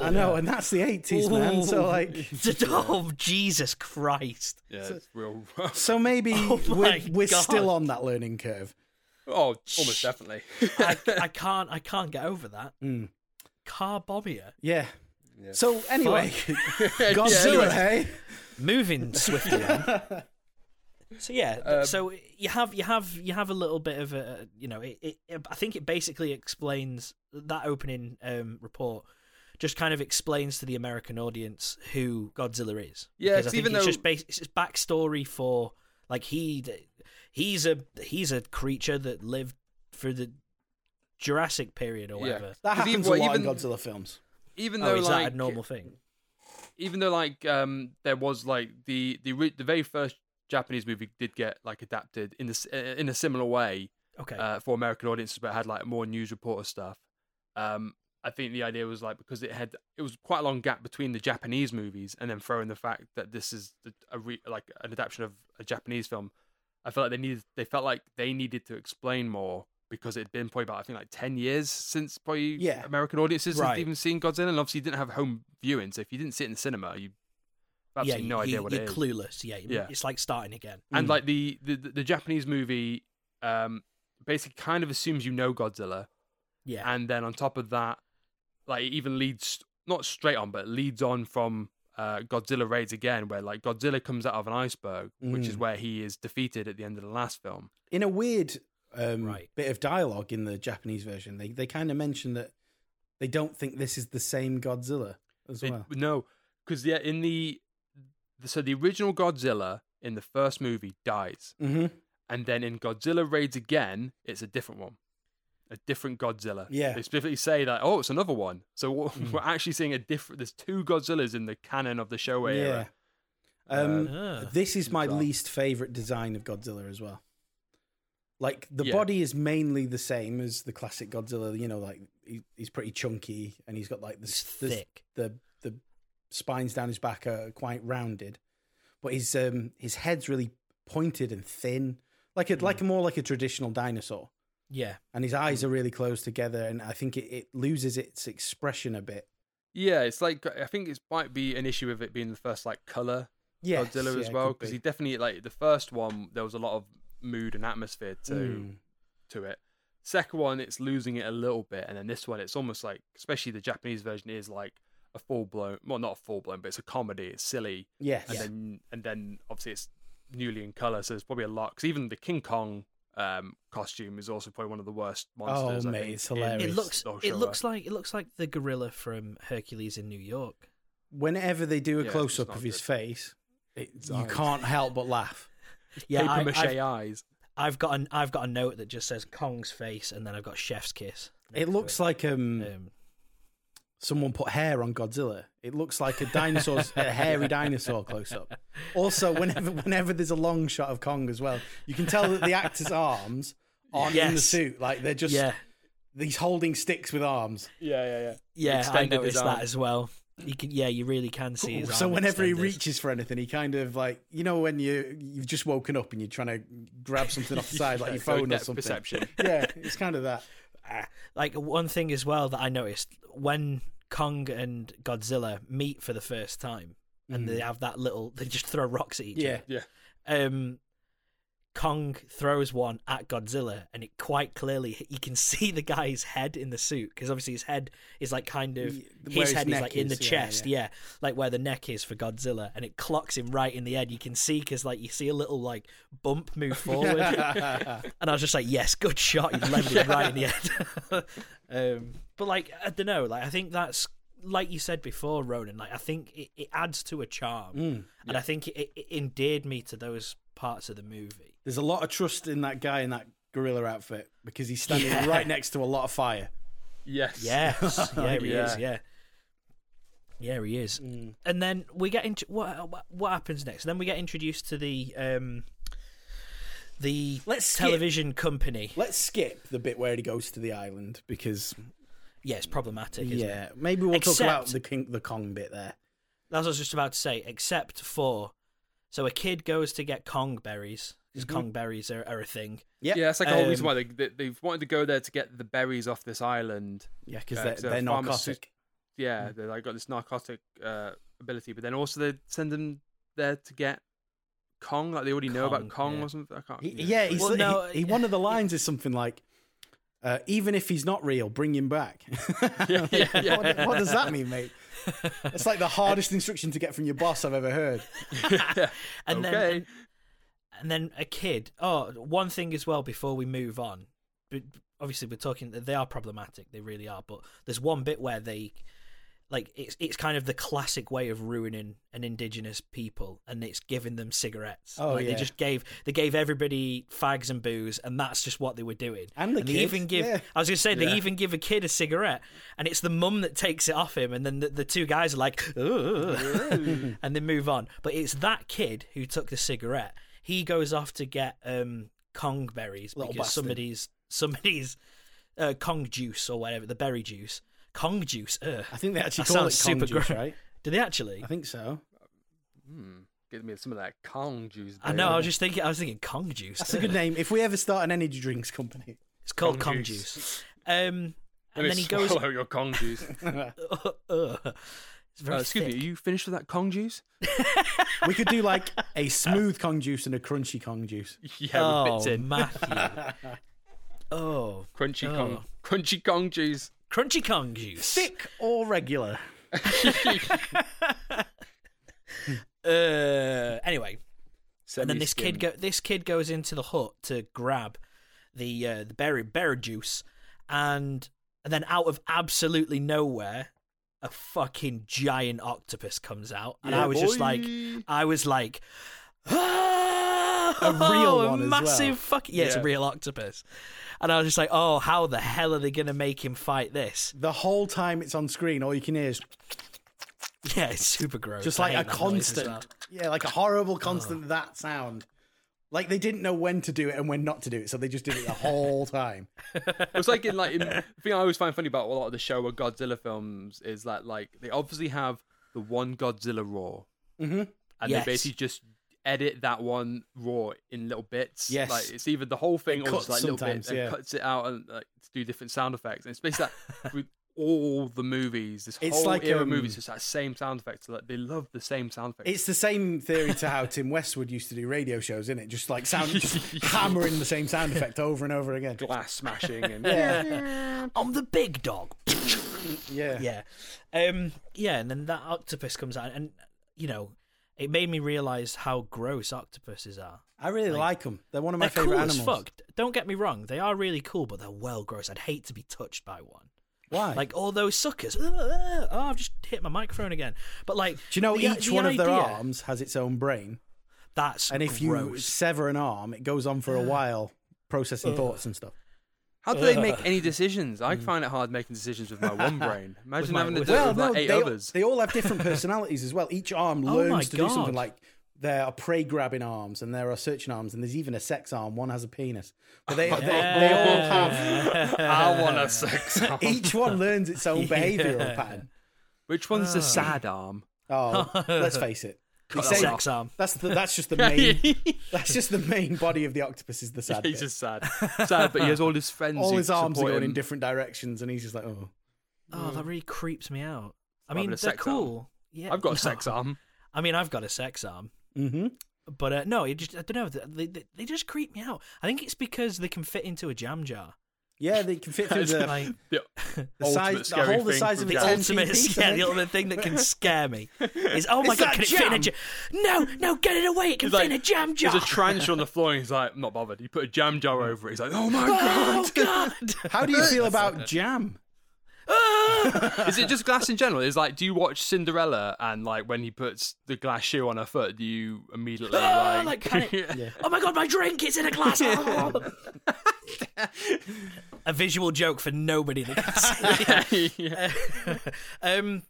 I know, and that's the '80s, man. So Ooh. like. oh Jesus Christ! yeah, it's real rough. So maybe Oh my we're, we're God. still on that learning curve. Oh, almost definitely. I, I can't. I can't get over that. Mm. Carbobia. Yeah. So anyway, Yeah, Godzilla, anyway. hey. moving swiftly. on. So yeah, Um, so you have you have you have a little bit of a you know it, it I think it basically explains that opening um, report just kind of explains to the American audience who Godzilla is. Because I Yeah, 'cause think even it's though- just bas- it's just backstory for like he d- he's a he's a creature that lived through the Jurassic period or Yeah. whatever. That 'Cause even- happens a well, lot in even- Godzilla films. Even Oh, though is like that a normal thing? even though like um there was like the the ri- the very first Japanese movie did get like adapted in this uh, in a similar way Okay. uh, for American audiences, but it had like more news reporter stuff. Um, I think the idea was like because it had it was quite a long gap between the Japanese movies and then throwing the fact that this is the- a re, like an adaptation of a Japanese film. I felt like they needed they felt like they needed to explain more because it had been probably about I think like ten years since probably Yeah. American audiences Right. had even seen Godzilla, and obviously you didn't have home viewing, so if you didn't see it in the cinema, you have absolutely no you- idea what you're it is clueless. Yeah, Yeah. it's like starting again. and Mm. like the, the the Japanese movie um basically kind of assumes you know Godzilla Yeah, and then on top of that like it even leads not straight on but leads on from uh, Godzilla raids again where like Godzilla comes out of an iceberg which is Mm. where he is defeated at the end of the last film In a weird um, Right. bit of dialogue in the Japanese version, they they kind of mention that they don't think this is the same Godzilla as They- well. no because yeah in the so the original Godzilla in the first movie dies Mm-hmm. and then in Godzilla Raids Again, it's a different one, a different Godzilla. Yeah. Hmm. they specifically say that oh, it's another one. So we're, we're actually seeing a different. There's two Godzillas in the canon of the Showa Yeah. era. Um, Ah. this is my Bizarre. least favorite design of Godzilla as well. Like the Yeah. body is mainly the same as the classic Godzilla. You know, like he, he's pretty chunky and he's got like the it's s- the, thick. the the spines down his back are quite rounded, but his um his head's really pointed and thin, like Hmm. a like more like a traditional dinosaur. Yeah, And his eyes Hmm. are really close together, and I think it, it loses its expression a bit. Yeah, it's like I think it might be an issue with it being the first like color Yes, Godzilla yeah, as it well could because be. he definitely like the first one there was a lot of mood and atmosphere to Mm. to it. Second one, it's losing it a little bit, and then this one, it's almost like, especially the Japanese version, is like a full blown, well, not a full blown, but it's a comedy. It's silly. yes, and then and then obviously it's newly in color, so there's probably a lot. Because even the King Kong um, costume is also probably one of the worst monsters. Oh, I mate, think, it's in hilarious. it It's looks. Oshawa. It looks like it looks like the gorilla from Hercules in New York. whenever they do a Yeah, it's close up not of his good. face, it, His you eyes. can't help but laugh. Yeah, paper I, mache have eyes. I've got an I've got a note that just says Kong's face, and then I've got Chef's kiss. next It to looks like um, Um, someone put hair on Godzilla. It looks like a dinosaur's a hairy dinosaur close up. Also, whenever whenever there's a long shot of Kong as well, you can tell that the actor's arms aren't in the Yes. suit. Like they're just yeah, these holding sticks with arms. Yeah, yeah, yeah. yeah, I extended his noticed that arm. as well. You can, yeah, you really can see. His So arm whenever he extended. reaches for anything, he kind of like you know when you you've just woken up and you're trying to grab something off the side like your phone or something. Perception. Yeah, it's kind of that. Ah, like one thing as well that I noticed when Kong and Godzilla meet for the first time, and they have that little, they just throw rocks at each Yeah. other. Yeah. um Kong throws one at Godzilla, and it quite clearly you can see the guy's head in the suit because obviously his head is like kind of Y- where his his head is neck like in the is, yeah, chest, yeah. like where the neck is for Godzilla, and it clocks him right in the head. You can see because like you see a little like bump move forward, and I was just like, yes, good shot, you leveled him right in the head. um, but like I don't know, like I think that's like you said before, Ronan. Like I think it, it adds to a charm Mm. and I think it, it endeared me to those parts of the movie. There's a lot of trust in that guy in that gorilla outfit because he's standing Yeah. right next to a lot of fire. Yes. Yes, yeah, he is. Yeah. Yeah, yeah, he is. Mm. And then we get into what what- what happens next. Then we get introduced to the um the Let's skip- television company. Let's skip the bit where he goes to the island because Yeah, it's problematic. Isn't it? yeah, maybe we'll talk about Except- the king, the Kong bit there. that's what I was just about to say. Except for, so a kid goes to get Kong berries because Mm-hmm. Kong berries are, are a thing. Yeah, that's like the whole reason Um, why they, they, they've wanted to go there to get the berries off this island. Yeah, because Uh, they're, it's a they're narcotic. pharmaceutical- Mm. Yeah, they like got this narcotic uh, ability, but then also they send them there to get Kong, like they already know about Kong, Kong yeah. or something. I can't. He- yeah, he's, Well, he- no, he, one of the lines is something like, uh, "Even if he's not real, bring him back." Yeah, yeah, yeah. what, what does that mean, mate? It's like the hardest instruction to get from your boss I've ever heard. And okay. then and then a kid. Oh, one thing as well before we move on. But obviously, we're talking that they are problematic. They really are. But there's one bit where they, like, it's it's kind of the classic way of ruining an indigenous people, and it's giving them cigarettes. Oh, like, yeah. They just gave they gave everybody fags and booze, and that's just what they were doing. And the they kid, even give. yeah. I was gonna say Yeah. they even give a kid a cigarette, and it's the mum that takes it off him, and then the, the two guys are like, "Ugh," and they move on. But it's that kid who took the cigarette. He goes off to get um, Kong berries Little because bastard. somebody's somebody's uh, Kong juice or whatever the berry juice, Kong juice. Ugh. I think they actually That call it sounds Kong super juice, gross. right? Do they actually? I think so. Hmm. Give me some of that Kong juice. I know. I baby. was just thinking. I was thinking Kong juice. That's a Ugh. good name. If we ever start an energy drinks company, It's called Kong Kong, juice. juice. Um, and Let then me he goes. swallow your Kong juice. Ugh. It's Uh, very excuse me, thick. are you finished with that Kong juice? we could do like a smooth Kong juice and a crunchy Kong juice. Yeah, with oh, bits in. Matthew. oh, Crunchy Oh. Kong. Crunchy Kong juice. crunchy Kong juice. Thick or regular? Uh, anyway, and then this Semi-skim. kid go, this kid goes into the hut to grab the uh, the berry berry juice, and and then out of absolutely nowhere, a fucking giant octopus comes out, and Yeah, I was just like, boy. I was like, "Ah!" A real one as well. massive fuck. Yeah, it's a Yeah. real octopus, and I was just like, oh, how the hell are they gonna make him fight this? The whole time it's on screen, all you can hear is Yeah, it's super gross. just I like hate a that noise as constant. well. Yeah, like a horrible constant that sound. Like they didn't know when to do it and when not to do it, so they just did it the whole time. It was like in like in, the thing I always find funny about a lot of the show or Godzilla films is that like they obviously have the one Godzilla roar, mm-hmm. and Yes. they basically just edit that one roar in little bits. Yes. like it's either the whole thing It or cuts just like little sometimes, bits and yeah. cuts it out and like to do different sound effects. And it's basically that with all the movies, this It's whole like, era um, of movies, just that same sound effect. So like they love the same sound effect. It's the same theory to how Tim Westwood used to do radio shows, isn't it? Just like sound, just hammering the same sound effect over and over again. glass smashing and I'm the big dog. Yeah, yeah um yeah and then that octopus comes out and you know it made me realize how gross octopuses are I really like them. They're one of my they're favorite cool animals. as fuck don't get me wrong they are really cool but they're well gross i'd hate to be touched by one Why? like all those suckers oh i've just hit my microphone again but like do you know the- each the one of their idea- arms has its own brain, that's and if you gross. sever an arm, it goes on for a while processing thoughts and stuff. How do they make any decisions? Mm. I find it hard making decisions with my one brain. Imagine my- having to with- do it Well, with like eight they, others. they all have different personalities as well. Each arm Oh my learns to do something God. like there are prey grabbing arms and there are searching arms and there's even a sex arm. One has a penis. But they, they, they all have, I want a sex arm. each one learns its own behavioral pattern. Which one's the sad arm? Oh, let's face it. The that same- sex arm That's the, that's just the main that's just the main body of the octopus is the sad He's bit. just sad. Sad, but he has all his friends. all who his arms are support going him. in different directions and he's just like oh oh that really creeps me out i Having mean a they're sex arm. cool yeah I've got no. a sex arm. i mean i've got a sex arm mm-hmm. But uh, no, it just I don't know. They, they they just creep me out. I think it's because they can fit into a jam jar. yeah they can fit through the, Like The, the size the whole the size of the its Yeah. own ultimate, piece, I yeah, think. the ultimate thing that can scare me is oh my Is god, that can it fit in a jam? jam? No, no, get it away! It can fit in a jam jar. There's a trench on the floor, and he's like, "I'm not bothered." He put a jam jar over it. He's like, "Oh my oh god!" god! How do you feel about jam? Is it just glass in general? Is like, do you watch Cinderella and like when he puts the glass shoe on her foot, do you immediately Ah, like, like panic. Oh my god, my drink is in a glass. Oh. a visual joke for nobody that can see. um,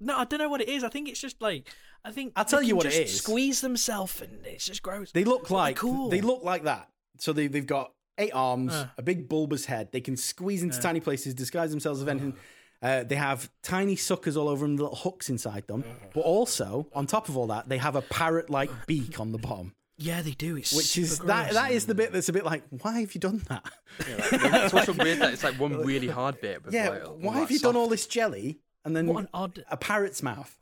no, I don't know what it is. I think it's just like I think I'll tell they you can what it just is. Squeeze themselves, and it's just gross. They look like cool. Uh. they look like that. So they they've got eight arms, a big bulbous head. They can squeeze into tiny places, disguise themselves as anything. Uh, they have tiny suckers all over them, little hooks inside them. Uh-huh. But also, on top of all that, they have a parrot-like beak on the bottom, yeah, they do. It's which is super that gross. that is the bit that's a bit like, why have you done that? That's what's so weird that it's like one really hard bit. But Yeah, like, all why that have you soft- done all this jelly and then What an odd- a parrot's mouth?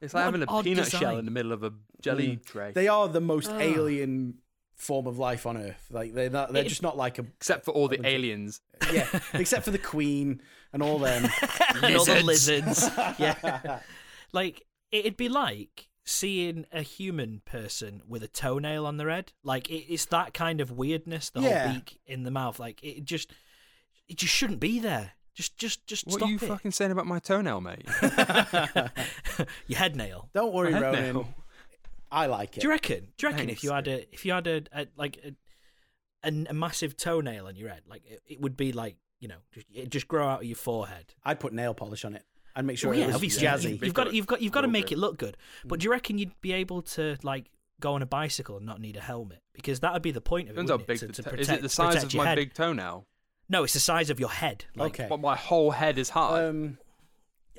It's like What an having a odd peanut shell design. in the middle of a jelly tray, Mm. They are the most Ah. alien form of life on Earth. Like they're not, they're It- just not like a except for all the aliens. yeah, except for the Queen and all them. and all the lizards. yeah, like it'd be like seeing a human person with a toenail on their head. Like it, it's that kind of weirdness. The Yeah. whole beak in the mouth. Like it just, it just shouldn't be there. Just, just, just What stop are you it. fucking saying about my toenail, mate? Your head nail. Don't worry, My head Ronan. nail. I like it. Do you reckon? Do you reckon Thanks. if you had a, if you had a, a like a, a, a massive toenail on your head, like it, it would be like you know, just, it'd just grow out of your forehead. I'd put nail polish on it. I'd make sure Well, it Oh, yeah, was obviously jazzy. you've, you've got you've got you've got to Real make good. it look good. Hmm. But do you reckon you'd be able to like go on a bicycle and not need a helmet? Because that would be the point of it. Depends how wouldn't it? big to, the to to- protect, is it the size protect of your my head. big toenail? No, it's the size of your head. Like, okay. But my whole head is hard. Um,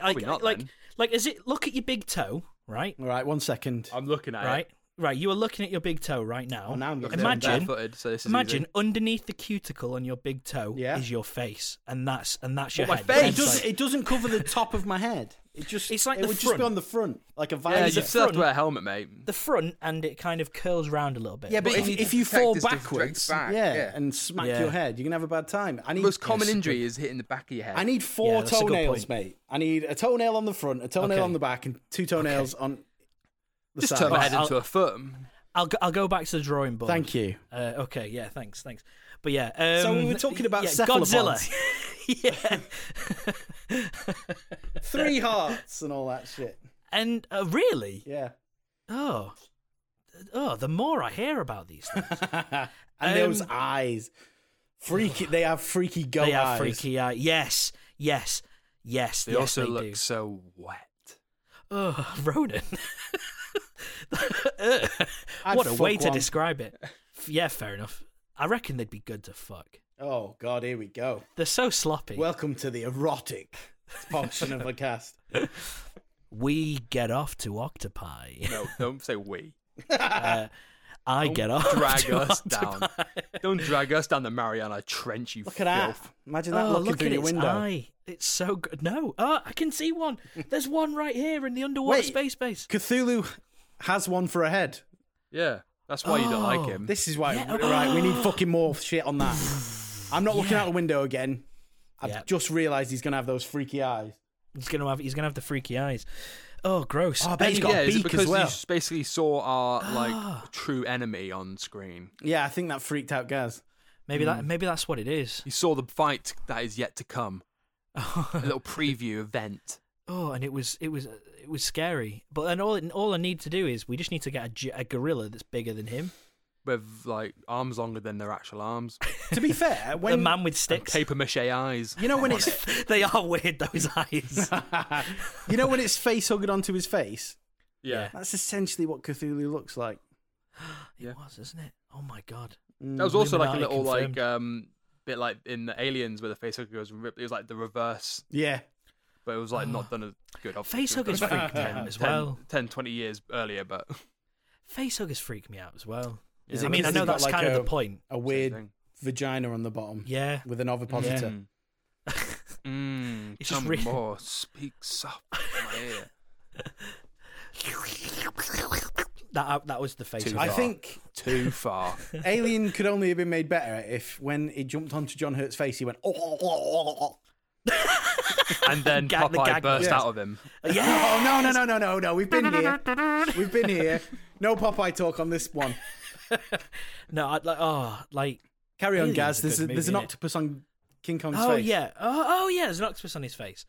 like, probably not like, then. like, is it? Look at your big toe, right? all right, one second. I'm looking at Right, right. You are looking at your big toe right now. Oh, now I'm getting imagine, barefooted, so this is imagine easy. underneath the cuticle on your big toe Yeah. is your face, and that's and that's your What, my head. face? It It's like- doesn't. It doesn't cover the top of my head. It just. It's like it the would just front. be on the front, like a Yeah, visor. you still have front- to wear a helmet, mate. the front, and it kind of curls round a little bit. Yeah, but, But if, you need if to you protect fall this to backwards, direct back, yeah, yeah. and smack Yeah. your head, you're gonna have a bad time. I need The most common Yes. injury is hitting the back of your head. I need four Yeah, that's a good toenails, point. mate. I need a toenail on the front, a toenail Okay. on the back, and two toenails on the just side. turn my head I'll- into a foot. I'll go, I'll go back to the drawing board. Thank you. Uh, okay, yeah, thanks, thanks. But yeah, um, So we were talking about yeah, cephalopods. Godzilla. yeah, Three hearts and all that shit. and uh, really, Yeah. oh, oh, the more I hear about these, things, and those Um, eyes, freaky. They have freaky goat they are eyes. freaky. Uh, yes, yes, yes. They yes, also they look do. so wet. Oh, Ronan. Ugh. I'd what a fuck way to one. describe it. F- Yeah, fair enough. I reckon they'd be good to fuck. Oh God, here we go. They're so sloppy. Welcome to the erotic portion of the cast. we get off to octopi. No, don't say we. I Oh, get off. Drag to us octopi. down. Don't drag us down the Mariana Trench, you Look at filth. that. Imagine that oh, looking look through at your its window. eye. It's so good. No, oh, I can see one. There's one right here in the underwater Wait. space base. Cthulhu has one for a head. Yeah, that's why you don't Oh. like him. This is why. Yeah. oh. Right, we need fucking more shit on that. I'm not looking out the window again. I've Yeah. just realised he's gonna have those freaky eyes. He's gonna have. He's gonna have the freaky eyes. Oh, gross. Oh, I bet And he's he- got yeah, a is it beak as because you well. Ah. s- basically saw our like true enemy on screen. Yeah, I think that freaked out Gaz. Maybe Mm. that. Maybe that's what it is. You saw the fight that is yet to come. a little preview event. Oh, and it was. It was. It was scary. But and all. All I need to do is we just need to get a, gi- a gorilla that's bigger than him. With like arms longer than their actual arms, To be fair, The when man with and sticks. paper mache eyes. you know when it's they are weird. Those eyes. you know when it's face hugging onto his face, Yeah. that's essentially what Cthulhu looks like. Mm. It was, isn't it? Oh my god. That was also like a Illuminati little confirmed. like um bit like in the Aliens where the facehugger goes and rip. It was like the reverse, Yeah, but it was like Ah. not done as good. obviously. Facehuggers It was done freaked me out as 10, well. 10, 20 years earlier, but Facehuggers freak me out as well. Is I it mean, I because know they've got that's like um, kind of a- the point. a Same weird thing. vagina on the bottom Yeah. with an ovipositor. Mm. Mm, It's tell just me re- more. Speak soft in my ear. That uh, that was the face. Too of I it. far. think Too far. Alien could only have been made better if when it jumped onto John Hurt's face, he went oh, oh, oh, oh, oh. And then Gag- the Popeye gag- burst Yes. out of him. Yeah. Oh no no no no no no! We've been here. We've been here. No Popeye talk on this one. No, I'd like. Oh, like. Carry on, Alien's Gaz. a There's good a, movie, there's an innit? octopus on King Kong's Oh face. yeah. Oh, oh yeah. There's an octopus on his face,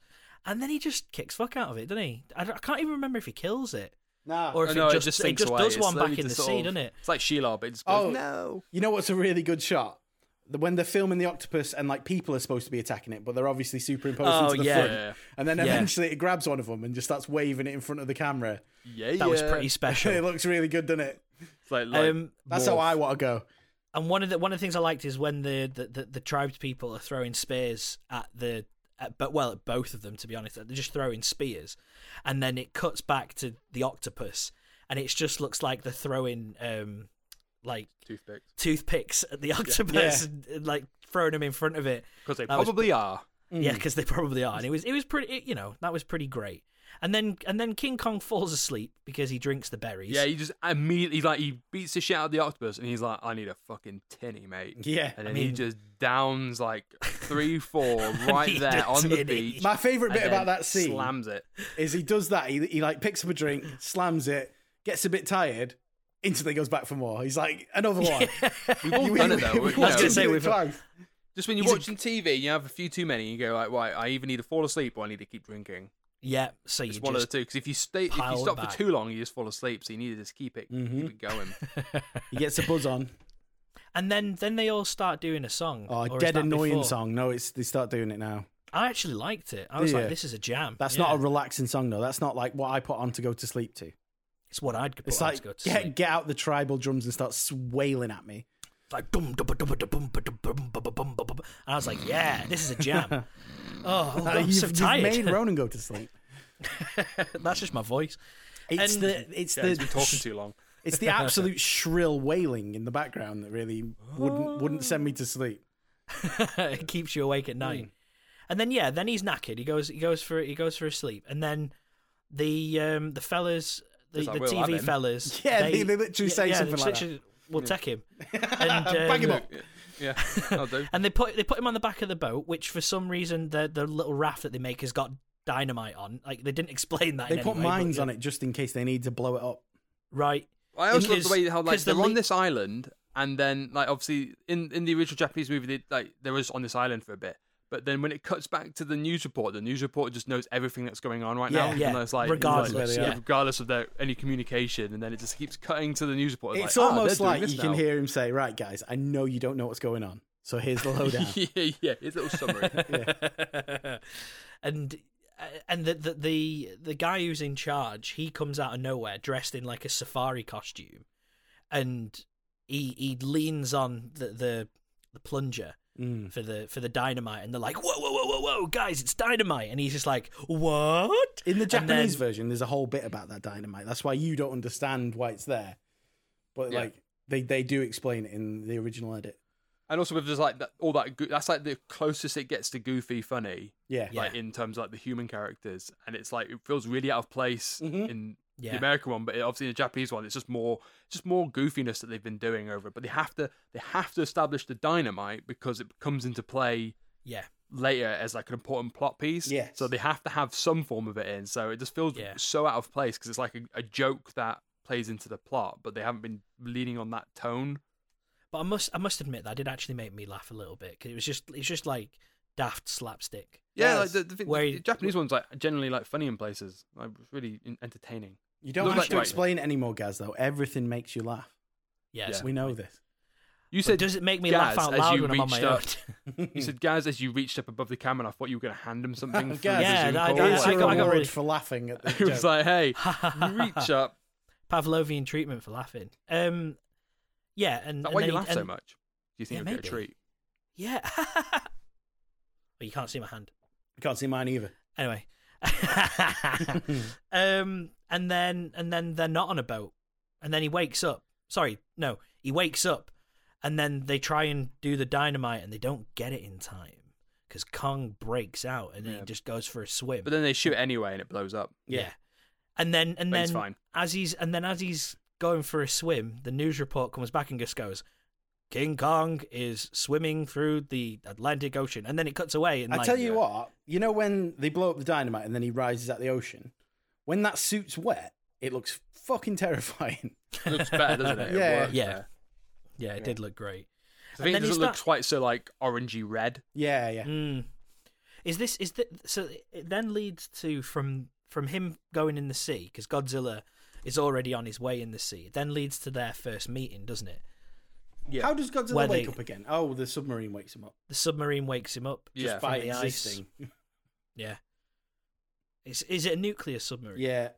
and then he just kicks fuck out of it, doesn't he? I, don't- I can't even remember if he kills it Nah. or if No, it it just, just it sinks just away. does It's one back literally in the just sort sea, of- doesn't it? It's like Shelob. It just goes, Oh no. You know what's a really good shot? The- When they're filming the octopus and like people are supposed to be attacking it, but they're obviously superimposed Oh, into the yeah. front. Yeah. And then Yeah. eventually it grabs one of them and just starts waving it in front of the camera. Yeah, That was pretty it special. looks really good, doesn't it? It's like, like Um, That's how morph. I want to go. and one of the one of the things I liked is when the the, the, the tribes people are throwing spears at the at, but well at both of them to be honest they're just throwing spears, and then it cuts back to the octopus and it just looks like they're throwing um like toothpicks toothpicks at the octopus and, and, like throwing them in front of it. because they That was- probably are. Yeah, because they probably are. And it was it was pretty. It, you know, that was pretty great. And then and then King Kong falls asleep because he drinks the berries. Yeah, he just immediately he's like he beats the shit out of the octopus, and he's like, "I need a fucking tinny, mate." Yeah, and I then he just downs like three, four right need there a on the tinny. beach. My favourite bit and about then that scene slams it. is he does that. He, he like picks up a drink, slams it, gets a bit tired, instantly goes back for more. He's like another one. We've all done it though. we you I was know. gonna say did it we've- twice. just when you're he's a- watching TV, you have a few too many. You go like, "Right, I either need to fall asleep or I need to keep drinking." Yeah, so you It's one of the just two. Because if you stay, if you piled stop back. Mm-hmm. for too long, you just fall asleep. So you need to just keep it, keep it going. He gets a buzz on. and then then they all start doing a song. Oh, or is dead that annoying before? song. No, it's they start doing it now. I actually liked it. I was Yeah. like, this is a jam. That's Yeah. not a relaxing song though. That's not like what I put on to go to sleep to. It's what I'd put It's on like to go to get sleep. get out the tribal drums and start swailing at me. It's like dum dum dum dum dum ba, dum ba, dum ba, ba, dum ba, ba, ba. and I was like, yeah, this is a jam. oh, oh, I'm you've, so you've tired. made Ronan go to sleep. That's just my voice. It's And- the it's Yeah, he's the been talking too long. it's the absolute shrill wailing in the background that really wouldn't wouldn't send me to sleep. it keeps you awake at night. Hmm. And then yeah, then he's knackered. He goes he goes for he goes for a sleep. And then the um the fellas the, It's like, the "We'll have TV him." fellas Yeah, they- they literally say something they like literally, We'll take him. And um, Bang him up. Yeah, I'll do. And they put they put him on the back of the boat, which for some reason the the little raft that they make has got dynamite on. Like they didn't explain that. They in put any way, but mines yeah. on it just in case they need to blow it up. right? I also love Because- the way how like 'cause the they're on lead- this island, and then like obviously in in the original Japanese movie, they, like they were just on this island for a bit. But then when it cuts back to the news report, the news report just knows everything that's going on right Yeah, now, even yeah, though it's like regardless, like, yeah. regardless of their any communication, and then it just keeps cutting to the news report. It's like, "Ah, they're almost doing like this you can now." hear him say, "Right, guys, I know you don't know what's going on, so here's the lowdown." yeah, yeah, his little summary. and uh, and the, the the the guy who's in charge, he comes out of nowhere dressed in like a safari costume, and he he leans on the the, the plunger. Mm. For the for the dynamite, and they're like, "Whoa, whoa, whoa, whoa, whoa, guys, it's dynamite!" And he's just like, "What?" In the And then- Japanese version, there's a whole bit about that dynamite. That's why you don't understand why it's there. But Yeah. like they, they do explain it in the original edit. and also with just like that, all that. Go- that's like the closest it gets to goofy funny, Yeah. Yeah. like in terms of like the human characters, and it's like it feels really out of place in Mm-hmm. Yeah. the American one, but obviously in the Japanese one, it's just more just more goofiness that they've been doing over it. But they have to they have to establish the dynamite because it comes into play Yeah, later as like an important plot piece. Yes. So they have to have some form of it in. So it just feels Yeah. so out of place because it's like a, a joke that plays into the plot, but they haven't been leaning on that tone. but I must I must admit that did actually make me laugh a little bit because it was just it's just like daft slapstick. Yeah, Yes. like the, the, thing- Where- the Japanese one's like generally like funny in places, like really en- entertaining. You don't Look have like- to like- explain it anymore, Gaz, though. Everything makes you laugh. Yes, Yeah. We know this. You So said does it make me Gaz, laugh out as loud you when I'm on my reached own? up- you said, guys, as you reached up above the camera, and I thought you were going to hand him something. from Gaz, the Yeah, Zoom I- call. I- Here's I your got- I got award really- for laughing at the He was joke. like, "Hey, you reach up." Pavlovian treatment for laughing. Um, yeah, and Is that and why then you he- laugh so and- much? Do you think Yeah, you'll get maybe. a treat? Yeah. Well, you can't see my hand. Can't see mine either. Anyway. um, and then and then they're not on a boat, and then he wakes up. Sorry, no, he wakes up, and then they try and do the dynamite, and they don't get it in time because Kong breaks out, and then he Yeah. just goes for a swim. But then they shoot anyway, and it blows up. Yeah. And then and But then it's fine. as he's and then as he's going for a swim, the news report comes back and just goes, King Kong is swimming through the Atlantic Ocean, and then it cuts away. And I like, tell you what, you know when they blow up the dynamite and then he rises at the ocean? When that suit's wet, it looks fucking terrifying. It looks better, doesn't it? It Yeah. works Yeah. better. yeah, it did look great. I think then it doesn't he's look that- quite so like orangey red. yeah, yeah. Mm. Is this is that so? It then leads to from from him going in the sea because Godzilla is already on his way in the sea. It then leads to their first meeting, doesn't it? Yeah. How does Godzilla Where wake they- up again? Oh, the submarine wakes him up. The submarine wakes him up. Yeah. by from the ice. existing. Yeah. Is is it a nuclear submarine? Yeah.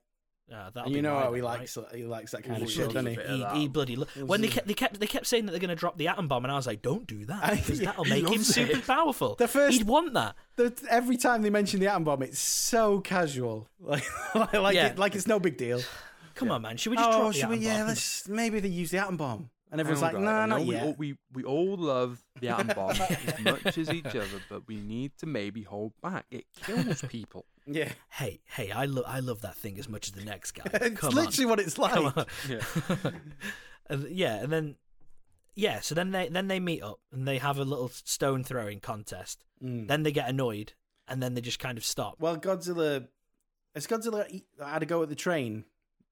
Ah, that'll And you be know my how he then, right? likes he likes that kind Ooh, of he shit, loves doesn't a he? bit. he, Yeah, he that- bloody lo- was when they a- kept they kept they kept saying that they're going to drop the atom bomb, and I was like, "Don't do that I- because yeah, that'll he make him loves it. super powerful." The first- he'd want that. The, every time they mention the atom bomb, it's so casual, like like, like Yeah. it, like it's no big deal. Oh, Come on, man! Should we just drop the atom bomb? let's maybe they use the atom bomb. And everyone's like, Hang on, no, guys, I not know we yet. all, we we all love the atom bomb as much as each other, but we need to maybe hold back. It kills people. yeah, Hey, hey, I love I love that thing as much as the next guy. it's Come on. literally what it's like. Yeah. and, yeah, and then yeah, so then they then they meet up and they have a little stone throwing contest. Mm. Then they get annoyed and then they just kind of stop. Well, Godzilla. Has Godzilla eat- had a go at the train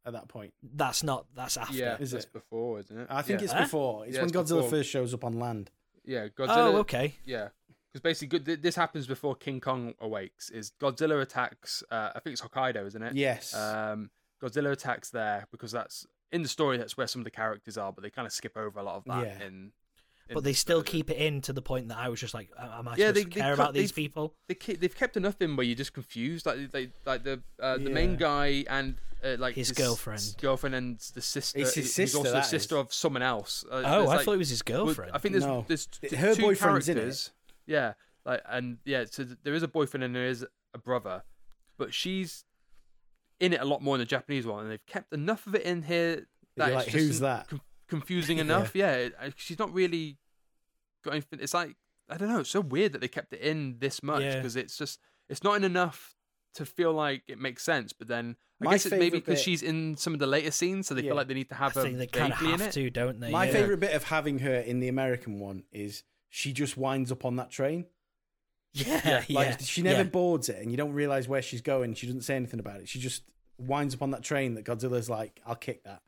at that point? that's not that's after. yeah, Is that's it? before, isn't it? I think yeah. it's Huh? before. It's Yeah, when it's Godzilla before. first shows up on land. yeah, Godzilla. Oh, okay. Yeah, because basically, good, th- this happens before King Kong awakes. Is Godzilla attacks? Uh, I think it's Hokkaido, isn't it? Yes. Um, Godzilla attacks there because that's in the story. That's where some of the characters are, but they kind of skip over a lot of that. Yeah. In, in But they still Godzilla. keep it in to the point that I was just like, am I Yeah, supposed they- to they care cut- about these they've- people? they keep, they've kept enough in where you're just confused. Like they like the uh, the main Yeah. guy and uh, like His s- girlfriend. girlfriend and the sister. It's his he's sister, also the that sister is. of someone else. Uh, Oh, there's, I like- thought it was his well, girlfriend. I think there's No. there's Th- t- her two boyfriend's in it. characters. Yeah, like and yeah, so th- there is a boyfriend and there is a brother, but she's in it a lot more in the Japanese one, and they've kept enough of it in here That you're that it's like, just who's n- that? con- confusing enough. yeah, it- uh, she's not really got anything. It's like I don't know. It's so weird that they kept it in this much Yeah. because it's just it's not in enough to feel like it makes sense. But then I My guess it's maybe favourite because bit- she's in some of the later scenes, so they Yeah. feel like they need to have I her think they kind of vaguely in have it. to, don't they? My yeah. favorite bit of having her in the American one is she just winds up on that train. Yeah, yeah. Like she never yeah. boards it, and you don't realize where she's going. She doesn't say anything about it. She just winds up on that train that Godzilla's like, "I'll kick that,"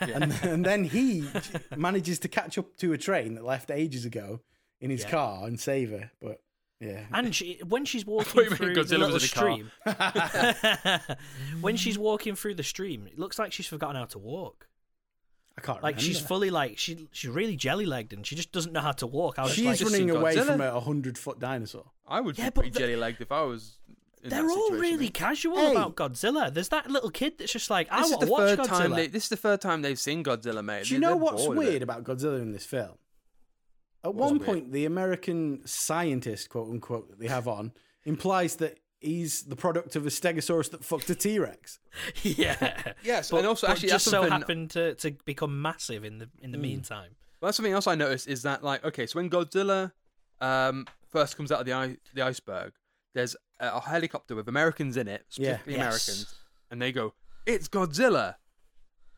and, and then he manages to catch up to a train that left ages ago in his Yeah. car and save her. But yeah, And she, when she's thought walking you meant through Godzilla the little was in stream, when she's walking through the stream, it looks like she's forgotten how to walk. I can't. Like she's remember. fully like she she's really jelly legged and she just doesn't know how to walk. I was she's just like, just running seen away Godzilla. from a hundred foot dinosaur. I would Yeah, be but pretty the- jelly legged if I was. In they're that all situation, really mate. casual Hey. about Godzilla. There's that little kid that's just like, I This is want the to watch third Godzilla. time. They, this is the third time they've seen Godzilla, mate. Do you They're- know they're what's bored of it. weird about Godzilla in this film? At What's one weird? point, the American scientist, quote unquote, that they have on implies that he's the product of a stegosaurus that fucked a T Rex. yeah. Yes, But, and also but actually just that's so something. Hmm. happened to, to become massive in the in the meantime. well, that's something else I noticed is that like okay, so when Godzilla um, first comes out of the i- the iceberg, there's a, a helicopter with Americans in it, Yeah. specifically Yes. Americans, and they go, "It's Godzilla,"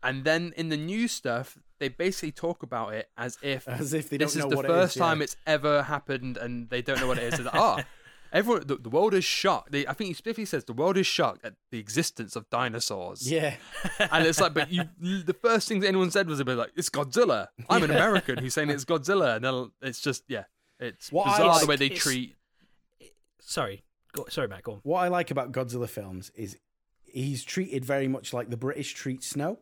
and then in the new stuff, they basically talk about it as if Uh-huh. As if they this don't is know the what it first is, yeah. time it's ever happened, and they don't know what it is. They're like, ah. Everyone, the, the world is shocked. They, I think he specifically says the world is shocked at the existence of dinosaurs. Yeah, and it's like, but you, the first thing that anyone said was a bit like, it's Godzilla. I'm an American who's saying it's Godzilla, and they'll- it's just yeah, it's What I bizarre the like way they is- treat. Sorry, go, sorry, Matt. Go on. what I like about Godzilla films is he's treated very much like the British treat snow.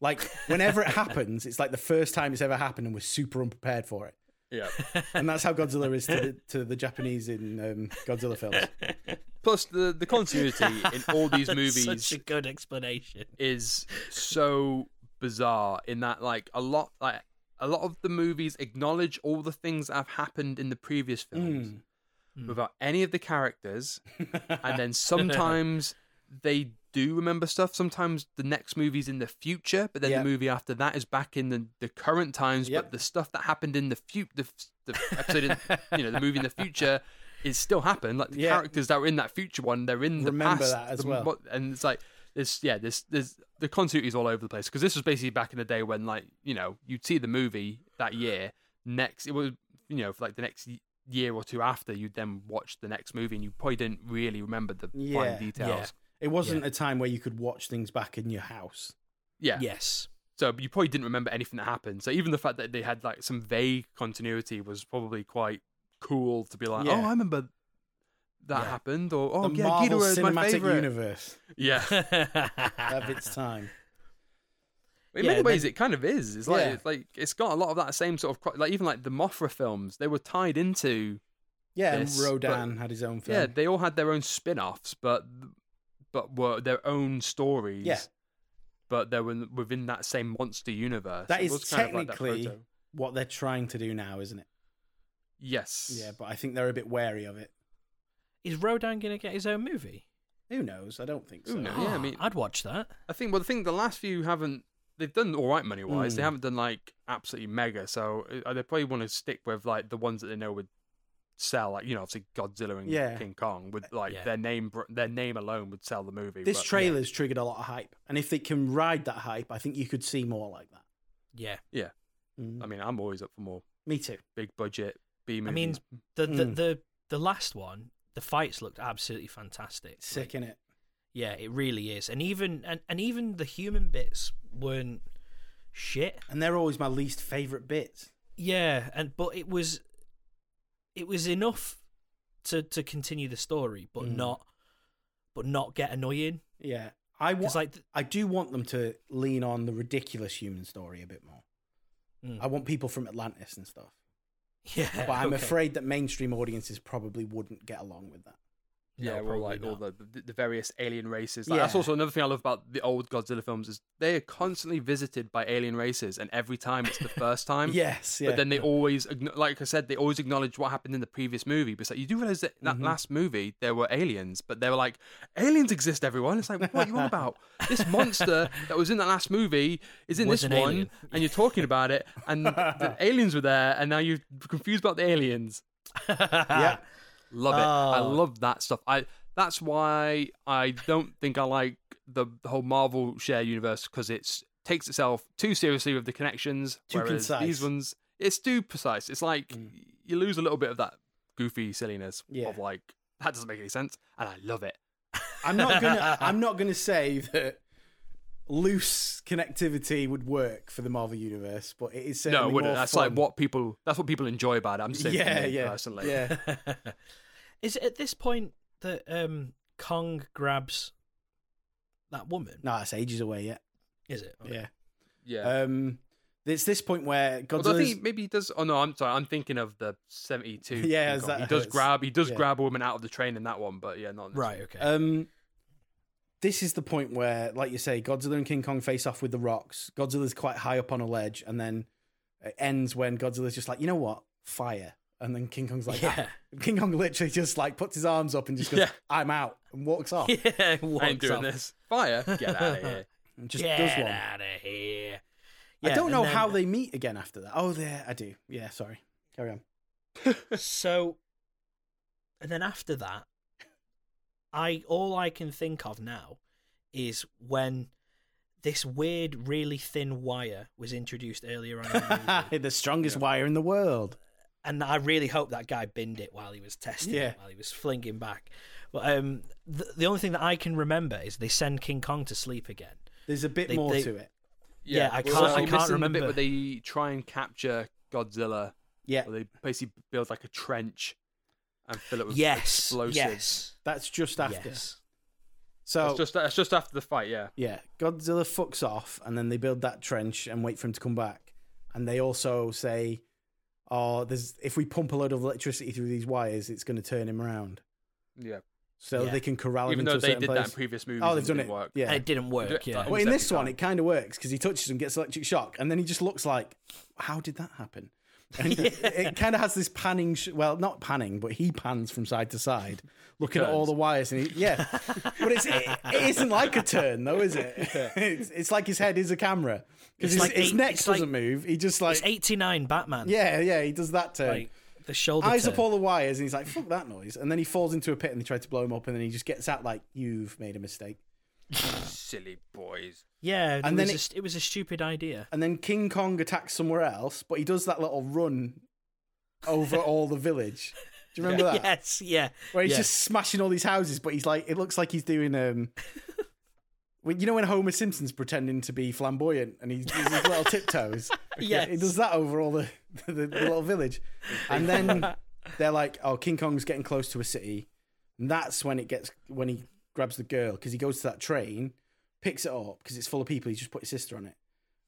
Like whenever it happens, it's like the first time it's ever happened, and we're super unprepared for it. Yeah. And that's how Godzilla is to the, to the Japanese in um, Godzilla films. Plus the the continuity in all these That's movies Such a good explanation. is so bizarre in that like a lot like a lot of the movies acknowledge all the things that have happened in the previous films Hmm. without any of the characters and then sometimes they do remember stuff sometimes the next movie's in the future but then Yeah. the movie after that is back in the, the current times Yep. but the stuff that happened in the future the, f- the episode in, you know the movie in the future is still happened like the Yeah. characters that were in that future one they're in the Remember past, that as the- well. what- and it's like this yeah this there's the continuity is all over the place because this was basically back in the day when like you know you'd see the movie that year next it was you know for like the next y- year or two after you'd then watch the next movie and you probably didn't really remember the Yeah. fine details It wasn't a time where you could watch things back in your house. yeah. Yes. so you probably didn't remember anything that happened so even the fact that they had like some vague continuity was probably quite cool to be like Yeah. oh i remember that Yeah. happened or oh the yeah Marvel Ghidorah is my Cinematic favorite Universe yeah of its time. In Yeah, many and ways, then- it kind of is. It's like Yeah. it's like it's got a lot of that same sort of cro- like even like the Mothra films. They were tied into Yeah, and Yes, Rodan had his own film. yeah. They all had their own spin-offs, but but were their own stories. Yeah. But they were within that same monster universe. that It is was kind of like that technically proto- what they're trying to do now, isn't it? yes. Yeah, but I think they're a bit wary of it. Is Rodan gonna get his own movie? Who knows? I don't think so. Who knows? Yeah, I Ah, mean- I'd watch that. I think well, the thing the last few haven't they've done all right money wise. They haven't done like absolutely mega. So uh, they probably want to stick with like the ones that they know would sell. Like you know, obviously Godzilla and Yeah. King Kong would like Yeah. their name. br- Their name alone would sell the movie. This but- trailer's triggered a lot of hype, and if they can ride that hype, I think you could see more like that. Yeah. Mm. I mean, I'm always up for more Me too. big budget B I mean, movies. the the, Mm. the the last one, the fights looked absolutely fantastic. Like, Sick in it. yeah, it really is. And even and, and even the human bits weren't shit. And they're always my least favorite bits. Yeah, and but it was it was enough to to continue the story, but Mm. not but not get annoying. Yeah, I want. Because like th- I do want them to lean on the ridiculous human story a bit more. Mm. I want people from Atlantis and stuff, yeah, but I'm okay. afraid that mainstream audiences probably wouldn't get along with that. No, yeah, or like probably all not. the, the the various alien races. Like, That's Yeah. also another thing I love about the old Godzilla films is they are constantly visited by alien races, and every time it's the first time. yes, yeah. But then they always, acknow- like I said, they always acknowledge what happened in the previous movie. But it's like, you do realize that that Mhm. last movie there were aliens, but they were like, aliens exist, everyone. It's like, what are you on about? This monster that was in that last movie is in Was this an one, alien. and you're talking about it, and the aliens were there, and now you're confused about the aliens. yeah, Love it. I Oh. love that stuff. I that's why I don't think I like the whole Marvel share universe because it's takes itself too seriously with the connections. Too whereas concise. Mm. These ones, it's too precise. It's like you lose a little bit of that goofy silliness Yeah. of like that doesn't make any sense, and I love it. I'm not gonna. I'm not gonna say that loose connectivity would work for the Marvel universe, but it is certainly no, it wouldn't. more That's fun. like what people. That's what people enjoy about it. I'm just saying, for Yeah, me, yeah, personally. yeah. Is it at this point that um Kong grabs that woman? No, that's ages away yet. Is it? Okay. Yeah. yeah. Um, it's this point where Although I Godzilla's think maybe he does. Oh no, I'm sorry. I'm thinking of the '72. Yeah, King is Kong. that- he does it's- grab. He does yeah. grab a woman out of the train in that one, but yeah, not in this Right. Okay. Um, this is the point where, like you say, Godzilla and King Kong face off with the rocks. Godzilla's quite high up on a ledge, and then it ends when Godzilla's just like, you know what, fire. And then King Kong's like, Yeah. "Ah." King Kong literally just like puts his arms up and just goes, Yeah. I'm out, and walks off. yeah. I ain't doing this. Fire. Get out of here. And just Get does one. out of here. I Yeah, don't and know then- how they meet again after that. Oh, there, I do. Yeah, sorry. Carry on. So, and then after that, I all I can think of now is when this weird, really thin wire was introduced earlier on in the movie, the strongest wire in the world. and I really hope that guy binned it while he was testing, it, Yeah. while he was flinging back. But um, the, the only thing that I can remember is they send King Kong to sleep again. There's a bit They- more they- to it. Yeah, I we're can't- also I can't missing remember. the bit where they try and capture Godzilla. Yeah, Where they basically build like a trench and fill it with Yes, explosives. yes, that's just after. yes. So That's just that's just after the fight. Yeah. Yeah, Godzilla fucks off, and then they build that trench and wait for him to come back. And they also say, "Oh, there's if we pump a load of electricity through these wires, it's going to turn him around." Yeah. So Yeah. they can corral him Even into though a they certain did place. that in previous movies. oh, and they've done it. didn't Work. Yeah. And it didn't work. Like, Yeah, well, in this Second one, time. it kind of works because he touches him, gets electric shock, and then he just looks like, "How did that happen?" And it, it kind of has this panning. Sh- well, not panning, but he pans from side to side, looking at all Turns. the wires. And he, yeah, but it's, it, it isn't like a turn though, is it? It's, it's like his head is a camera It's because his, like his eight- neck it's doesn't like- move. He just like it's eighty nine Batman. yeah, yeah, he does that turn. like, the shoulder. Eyes turn. up all the wires, and he's like, "Fuck that noise!" And then he falls into a pit, and they try to blow him up, and then he just gets out like, "You've made a mistake." Silly boys. Yeah, And and then then it was a stupid idea. and then King Kong attacks somewhere else, but he does that little run over all the village. Do you remember that? Yes, yeah. Where he's yeah. just smashing all these houses, but he's like, it looks like he's doing um. when- You know when Homer Simpson's pretending to be flamboyant and he's does his little tiptoes? Yes. He does that over all the, the, the little village. And then they're like, oh, King Kong's getting close to a city. And that's when it gets, when he grabs the girl, because he goes to that train, picks it up, because it's full of people. He's just put his sister on it.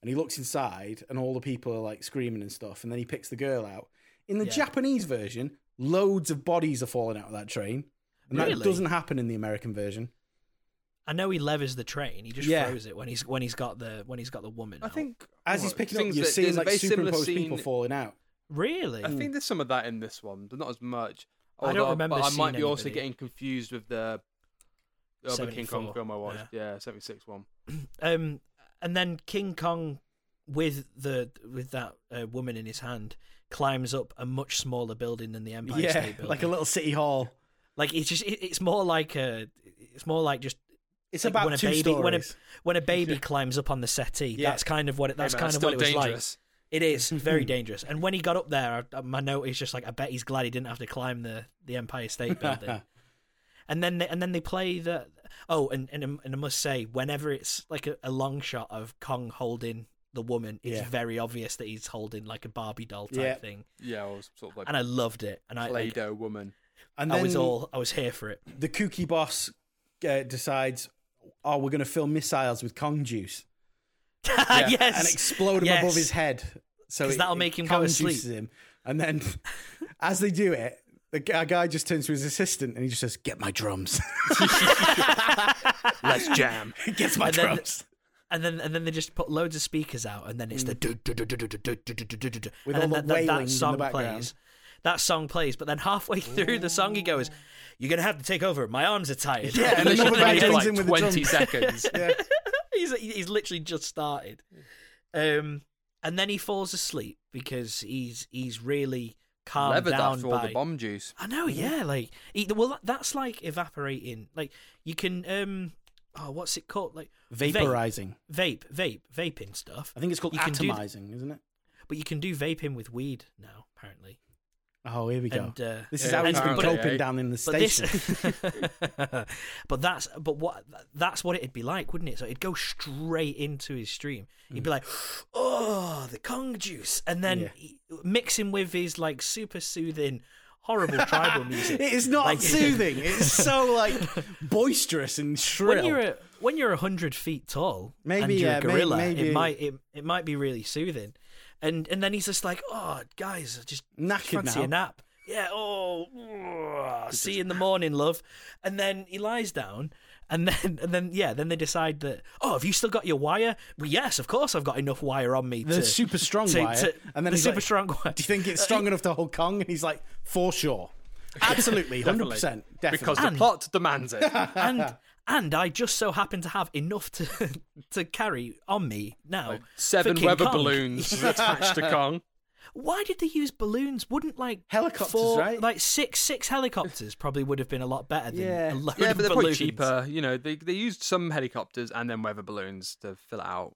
And he looks inside, and all the people are like screaming and stuff. And then he picks the girl out. In the Yeah. Japanese version, loads of bodies are falling out of that train. And that Really? doesn't happen in the American version. I know he levers the train. He just Yeah. throws it when he's when he's got the when he's got the woman. I out. think As he's picking up, you're seeing like superimposed people falling out. really. I think there's some of that in this one, but not as much. I don't Although- remember But I seeing might be also anybody. getting confused with the other King Kong 74, film I watched. yeah. Yeah, seventy six one. um, and then King Kong with the with that uh, woman in his hand climbs up a much smaller building than the Empire yeah, State Building. like a little city hall. Like it's just it, it's more like a it's more like just It's like about when a two baby stories. when a when a baby climbs up on the settee. Yeah. That's kind of what it, that's man, kind that's of what it still was like. dangerous. It is very dangerous. And when he got up there, I, my note is just like I bet he's glad he didn't have to climb the the Empire State Building. and then they, and then they play the oh and and, and I must say whenever it's like a, a long shot of Kong holding the woman, it's Yeah. very obvious that he's holding like a Barbie doll type Yeah. thing. Yeah, I was sort of like And I loved it. And I like, Play-Doh woman. and I then was all I was here for it. the kooky boss uh, decides, oh, we're going to fill missiles with Kong juice yes. and explode them Yes. above his head. So 'Cause it- that'll it make him go to Kong juices sleep. Him. And then as they do it, the g- our guy just turns to his assistant and he just says, "Get my drums." Let's jam. He Gets my And then- drums. and then and then they just put loads of speakers out, and then it's the du- du- du- du- du- du- du- du- du- du- du- Mm. With and all then the that- that- wailing in that the song background. plays. That song plays, but then halfway through the song, he goes, "You're gonna have to take over. My arms are tired." Yeah, And they another should guy play joins like in with the 20 drums. seconds. Yeah. he's he's literally just started, um, and then he falls asleep because he's he's really calmed Levered down after all by the bomb juice. I know, Mm-hmm. yeah. Like, e- well, that- that's like evaporating. Like, you can, um, oh, what's it called? Like vape- Vaporizing. vape, vape, vaping stuff. I think it's called You can do- atomizing, isn't it? But you can do vaping with weed now, apparently. Oh, here we go. And, uh, this is Yeah, how he's been apparently, coping eh? down in the But station. this, but that's but what that's what it'd be like, wouldn't it? So it'd go straight into his stream. He'd be like, "Oh, the Kong juice," and then Hmm. Yeah. he- mixing with his like super soothing, horrible tribal music. It is not Like- soothing. It's so like boisterous and shrill. when you're a, when you're hundred feet tall, and Maybe, you're yeah, a may- gorilla, maybe- it might it, it might be really soothing. And and then he's just like, "Oh, guys, I just knackered fancy now. a nap. Yeah. Oh, ugh, see you in the morning, love. And then he lies down, and then and then yeah, then they decide that oh, have you still got your wire? Well, yes, of course, I've got enough wire on me. the to, super strong to- wire, to- and then the he's super like, strong wire. Do you think it's strong enough to hold Kong? And he's like, for sure, absolutely, hundred percent, definitely. Because the plot demands it. and and I just so happen to have enough to to carry on me now. for Seven King weather Kong. balloons attached to Kong. Why did they use balloons? Wouldn't like Helicopters, four- right? Like six six helicopters probably would have been a lot better than Yeah. a load Yeah, of but they're probably balloons. cheaper. You know, they they used some helicopters and then weather balloons to fill it out.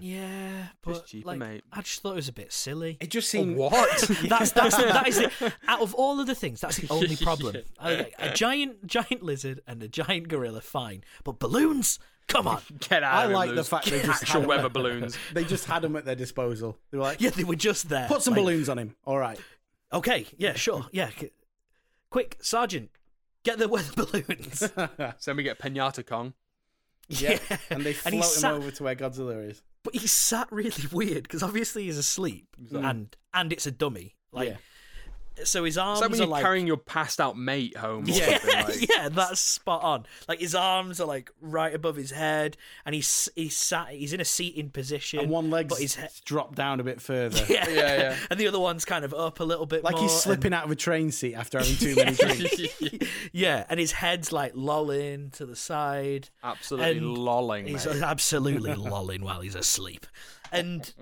Yeah, but cheaper, like, mate. I just thought it was a bit silly. it just seemed What? That's that's the, that is the, out of all of the things that's the only problem. I- a giant giant lizard and a giant gorilla, fine, but balloons, come on. Get out! I of it, like the Lewis. fact they just actual had weather them. balloons. They just had him at their disposal. They were like, Yeah, they were just there. put some Like, balloons on him. All right, Okay, yeah, sure, yeah. c- Quick, sergeant, get the weather balloons. So then we get Pinata Kong. yeah, and they and float he him sat, over to where Godzilla is. but he sat really weird because obviously he's asleep, and and it's a dummy. Like, so his arms It's like when are you're like carrying your passed out mate home. Or Yeah, something, like. yeah, that's spot on. Like his arms are like right above his head, and he's he's sat, he's in a seating position, And one leg's but his head, dropped down a bit further, yeah, Yeah, yeah. and the other one's kind of up a little bit, like more, he's slipping out of a train seat after having too many drinks. and- yeah, and his head's like lolling to the side. Absolutely And lolling. He's mate. absolutely lolling while he's asleep, and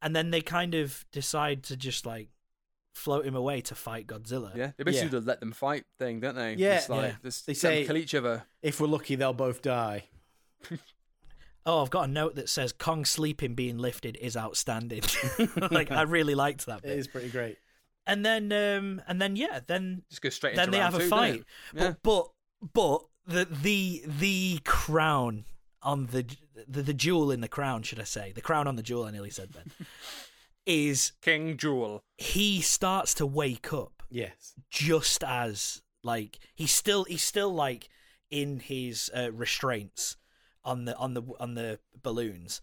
and then they kind of decide to just like float him away to fight Godzilla. Yeah, they basically Yeah. do the let them fight thing, don't they? Yeah. It's like, Yeah. Just, They let them say- kill each other. If we're lucky, they'll both die. Oh, I've got a note that says Kong sleeping being lifted is outstanding. like I really liked that It bit. is pretty great. And then um and then yeah, then Just go straight. then into they round have a two, don't fight. they? Yeah. But but but the the the crown on the, the the jewel in the crown, should I say? The crown on the jewel I nearly said then. is King Jewel. he starts to wake up Yes. just as like he's still he's still like in his uh, restraints on the on the on the balloons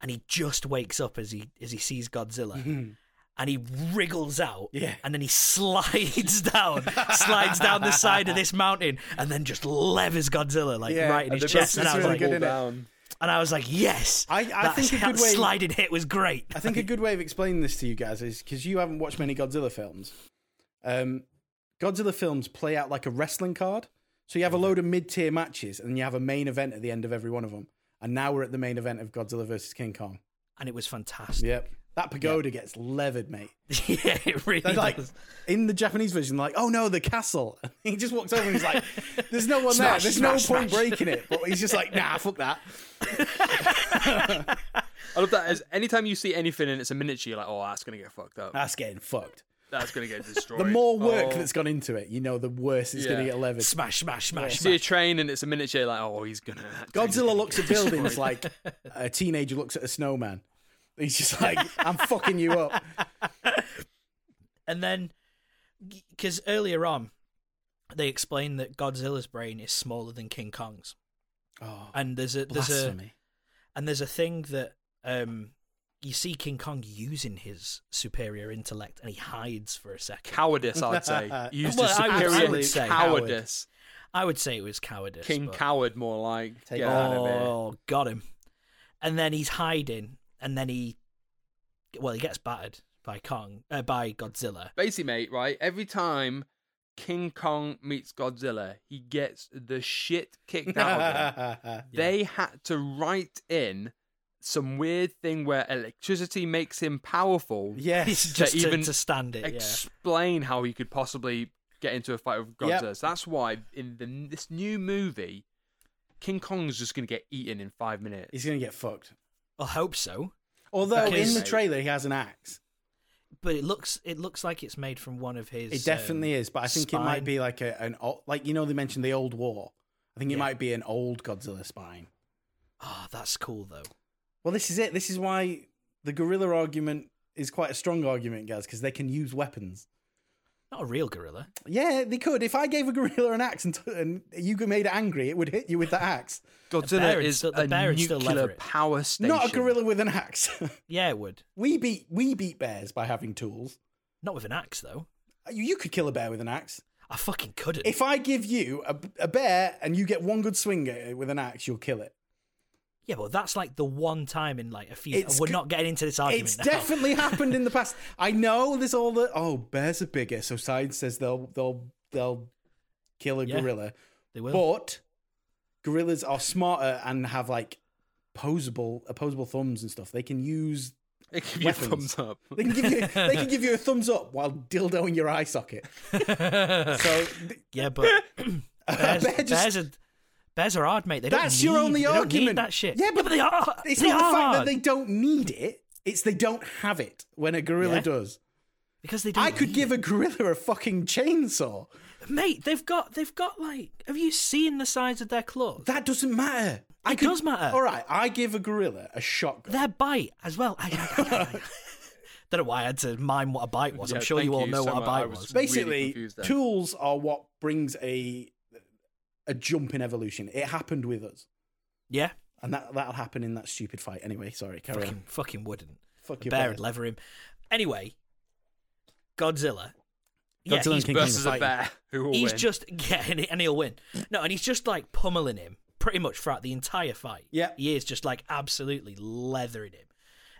and he just wakes up as he as he sees Godzilla and he wriggles out Mm-hmm. Yeah. and then he slides down slides down the side of this mountain and then just levers Godzilla like Yeah, right in and his they both- chest and that's I was really like good, Fall innit? down. and I was like yes I- I that, think a that good way- sliding hit was great I think a good way of explaining this to you guys is because you haven't watched many Godzilla films. Um, Godzilla films play out like a wrestling card. So you have a load of mid tier matches and you have a main event at the end of every one of them. And now we're at the main event of Godzilla versus King Kong. and it was fantastic. Yep. That pagoda gets levered, mate. yeah, it really They're like does. in the Japanese version, like, oh no, the castle. he just walks over and he's like, there's no one Smash, there. There's smash, no point smash. breaking it. But he's just like, nah, fuck that. I love that. As anytime you see anything and it's a miniature, you're like, oh, that's gonna get fucked up. That's getting fucked. That's gonna get destroyed. The more work Oh, that's gone into it, you know, the worse it's going Yeah. to get levered. smash, smash, smash, see a smash. train and it's a miniature, you're like, oh, he's gonna. Godzilla looks at buildings like a teenager looks at a snowman. He's just like, I'm fucking you up. And then, because earlier on, they explained that Godzilla's brain is smaller than King Kong's, Oh, and there's a there's a blasphemy. and there's a thing that um you see King Kong using his superior intellect, and he hides for a second. cowardice, I'd say. Used Well, I would- I to superior would say cowardice. I would say it was cowardice. King but- Coward, more like. Take Get that. out of here. Oh, got him. And then he's hiding, and then he, well, he gets battered by Kong, uh, by Godzilla. Basically, mate, right? Every time King Kong meets Godzilla, he gets the shit kicked out of him. They had to write in some weird thing where electricity makes him powerful. yes. just to, even to stand it. yeah. Explain how he could possibly get into a fight with Yep. Godzilla. So that's why in the, this new movie, King Kong's just going to get eaten in five minutes. He's going to get fucked. I hope so, Although Because- in the trailer, he has an axe. but it looks it looks like it's made from one of his. It definitely um, is, but I think it spine. might be like a, an old, like you know they mentioned the old war. I think it Yeah. might be an old Godzilla spine. Oh, that's cool though. Well, this is it. This is why the gorilla argument is quite a strong argument, guys, because they can use weapons. Not a real gorilla. Yeah, they could. If I gave a gorilla an axe and, t- and you made it angry, it would hit you with that axe. The bear Godzilla would is still- the a bear would still nuclear lever it. power station. Not a gorilla with an axe. Yeah, it would. we beat we beat bears by having tools. Not with an axe though. You, you could kill a bear with an axe. I fucking couldn't. If I give you a, a bear and you get one good swing at it with an axe, you'll kill it. yeah, but that's like the one time in like a few. It's We're g- not getting into this argument. It's now. definitely happened in the past. I know there's all the oh bears are bigger, so science says they'll they'll they'll kill a Yeah, gorilla, They will. but gorillas are smarter and have like posable opposable thumbs and stuff. They can use It give you a Weapons. thumbs up. they can give you they can give you a thumbs up while dildoing your eye socket. So th- yeah, but a bears, bear Uh, just- bears are bears are hard, mate. They don't That's your need- only they don't need argument. that shit. Yeah, but they are. it's they not the are fact that hard. they don't need it. It's they don't have it when a gorilla Yeah. does. because they don't. I could need give it. a gorilla a fucking chainsaw. mate. They've got. They've got like. Have you seen the size of their claws? That doesn't matter. I It does matter. All right, I give a gorilla a shotgun. Their bite as well. I, I, I, I- don't know why I had to mime what a bite was. Yeah, I'm sure you thank all you know so what a much. I bite was- was. really Basically, confused there. tools are what brings a a jump in evolution. It happened with us, Yeah, and that that'll happen in that stupid fight. Anyway, sorry, carry on. fucking, fucking wouldn't. Fuck The your bear bear. would lever him. Anyway, Godzilla. Yeah, Godzilla and he's King Kong Versus are a fighting. bear who will he's win. just yeah, and, he, and he'll win. No, and he's just like pummeling him pretty much throughout the entire fight. Yeah. he is just like absolutely leathering him.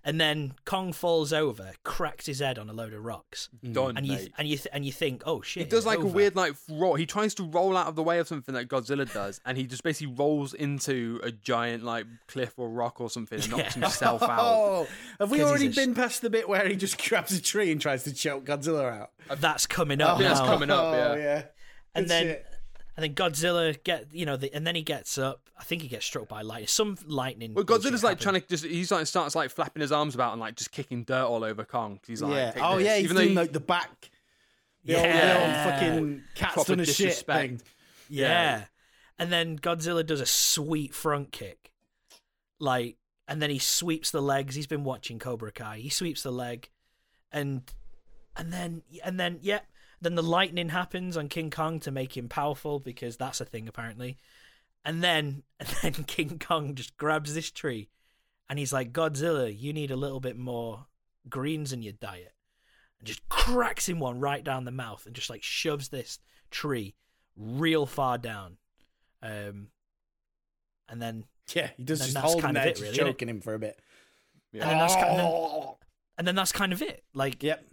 And then Kong falls over, cracks his head on a load of rocks, done, and you Mm-hmm. mate. and you th- and you think, oh shit, He does it's like a over. weird like roll. He tries to roll out of the way of something that Godzilla does, and he just basically rolls into a giant like cliff or rock or something and knocks Yeah. himself out. Oh, have 'Cause we he's already a sh- been past the bit where he just grabs a tree and tries to choke Godzilla out? That's coming up. Oh, Yeah, it's now. coming up, yeah. Oh, yeah. and Good then shit. and then Godzilla get you know, the, and then he gets up. I think he gets struck by lightning. Some lightning. Well, Godzilla's like trying to just—he's like starts like flapping his arms about and like just kicking dirt all over Kong. 'cause He's like, yeah. "Take Oh this." yeah, he's even though doing he- like the back. The, Yeah. old, the old fucking cat's Proper done a shit disrespect. thing. Yeah. Yeah. And then Godzilla does a sweet front kick. Like, and then he sweeps the legs. He's been watching Cobra Kai. He sweeps the leg. And and then and then yeah. Then the lightning happens on King Kong to make him powerful because that's a thing apparently. And then and then King Kong just grabs this tree and he's like, Godzilla, you need a little bit more greens in your diet. And just cracks him one right down the mouth and just like shoves this tree real far down. Um, and then Yeah, he does Then just that's hold kind him of there, it, just really, choking him for a bit. Yeah. and then that's kind of, Oh. and then that's kind of it. Like, Yep.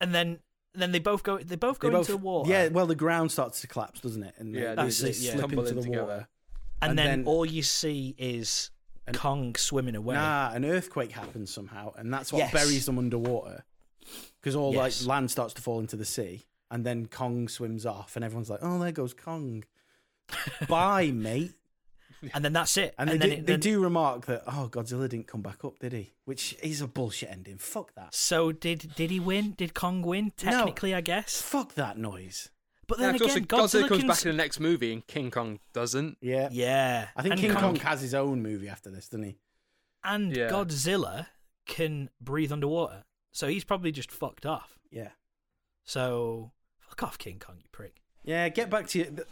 and then and then they both go they both go They into the both- water. Yeah, well, the ground starts to collapse, doesn't it? And Yeah, they, that's they it, yeah. slip Tumble into in the together. water. and, and then, then- all you see is Kong swimming away. Nah, an earthquake happens somehow, and that's what Yes. buries them underwater. Because all Yes. like land starts to fall into the sea, and then Kong swims off, and everyone's like, "Oh, there goes Kong." Bye, mate. And then that's it. And, they, then do, it, they then- do remark that, "Oh, Godzilla didn't come back up, did he?" Which is a bullshit ending. Fuck that. So did did he win? Did Kong win? Technically, I guess. Fuck that noise. But then Yeah, again, also, Godzilla, comes can... back in the next movie and King Kong doesn't. Yeah. Yeah, I think and King Kong... has his own movie after this, doesn't he? and Yeah. Godzilla can breathe underwater, so he's probably just fucked off. Yeah. So fuck off, King Kong, you prick. Yeah. Get back to you. th-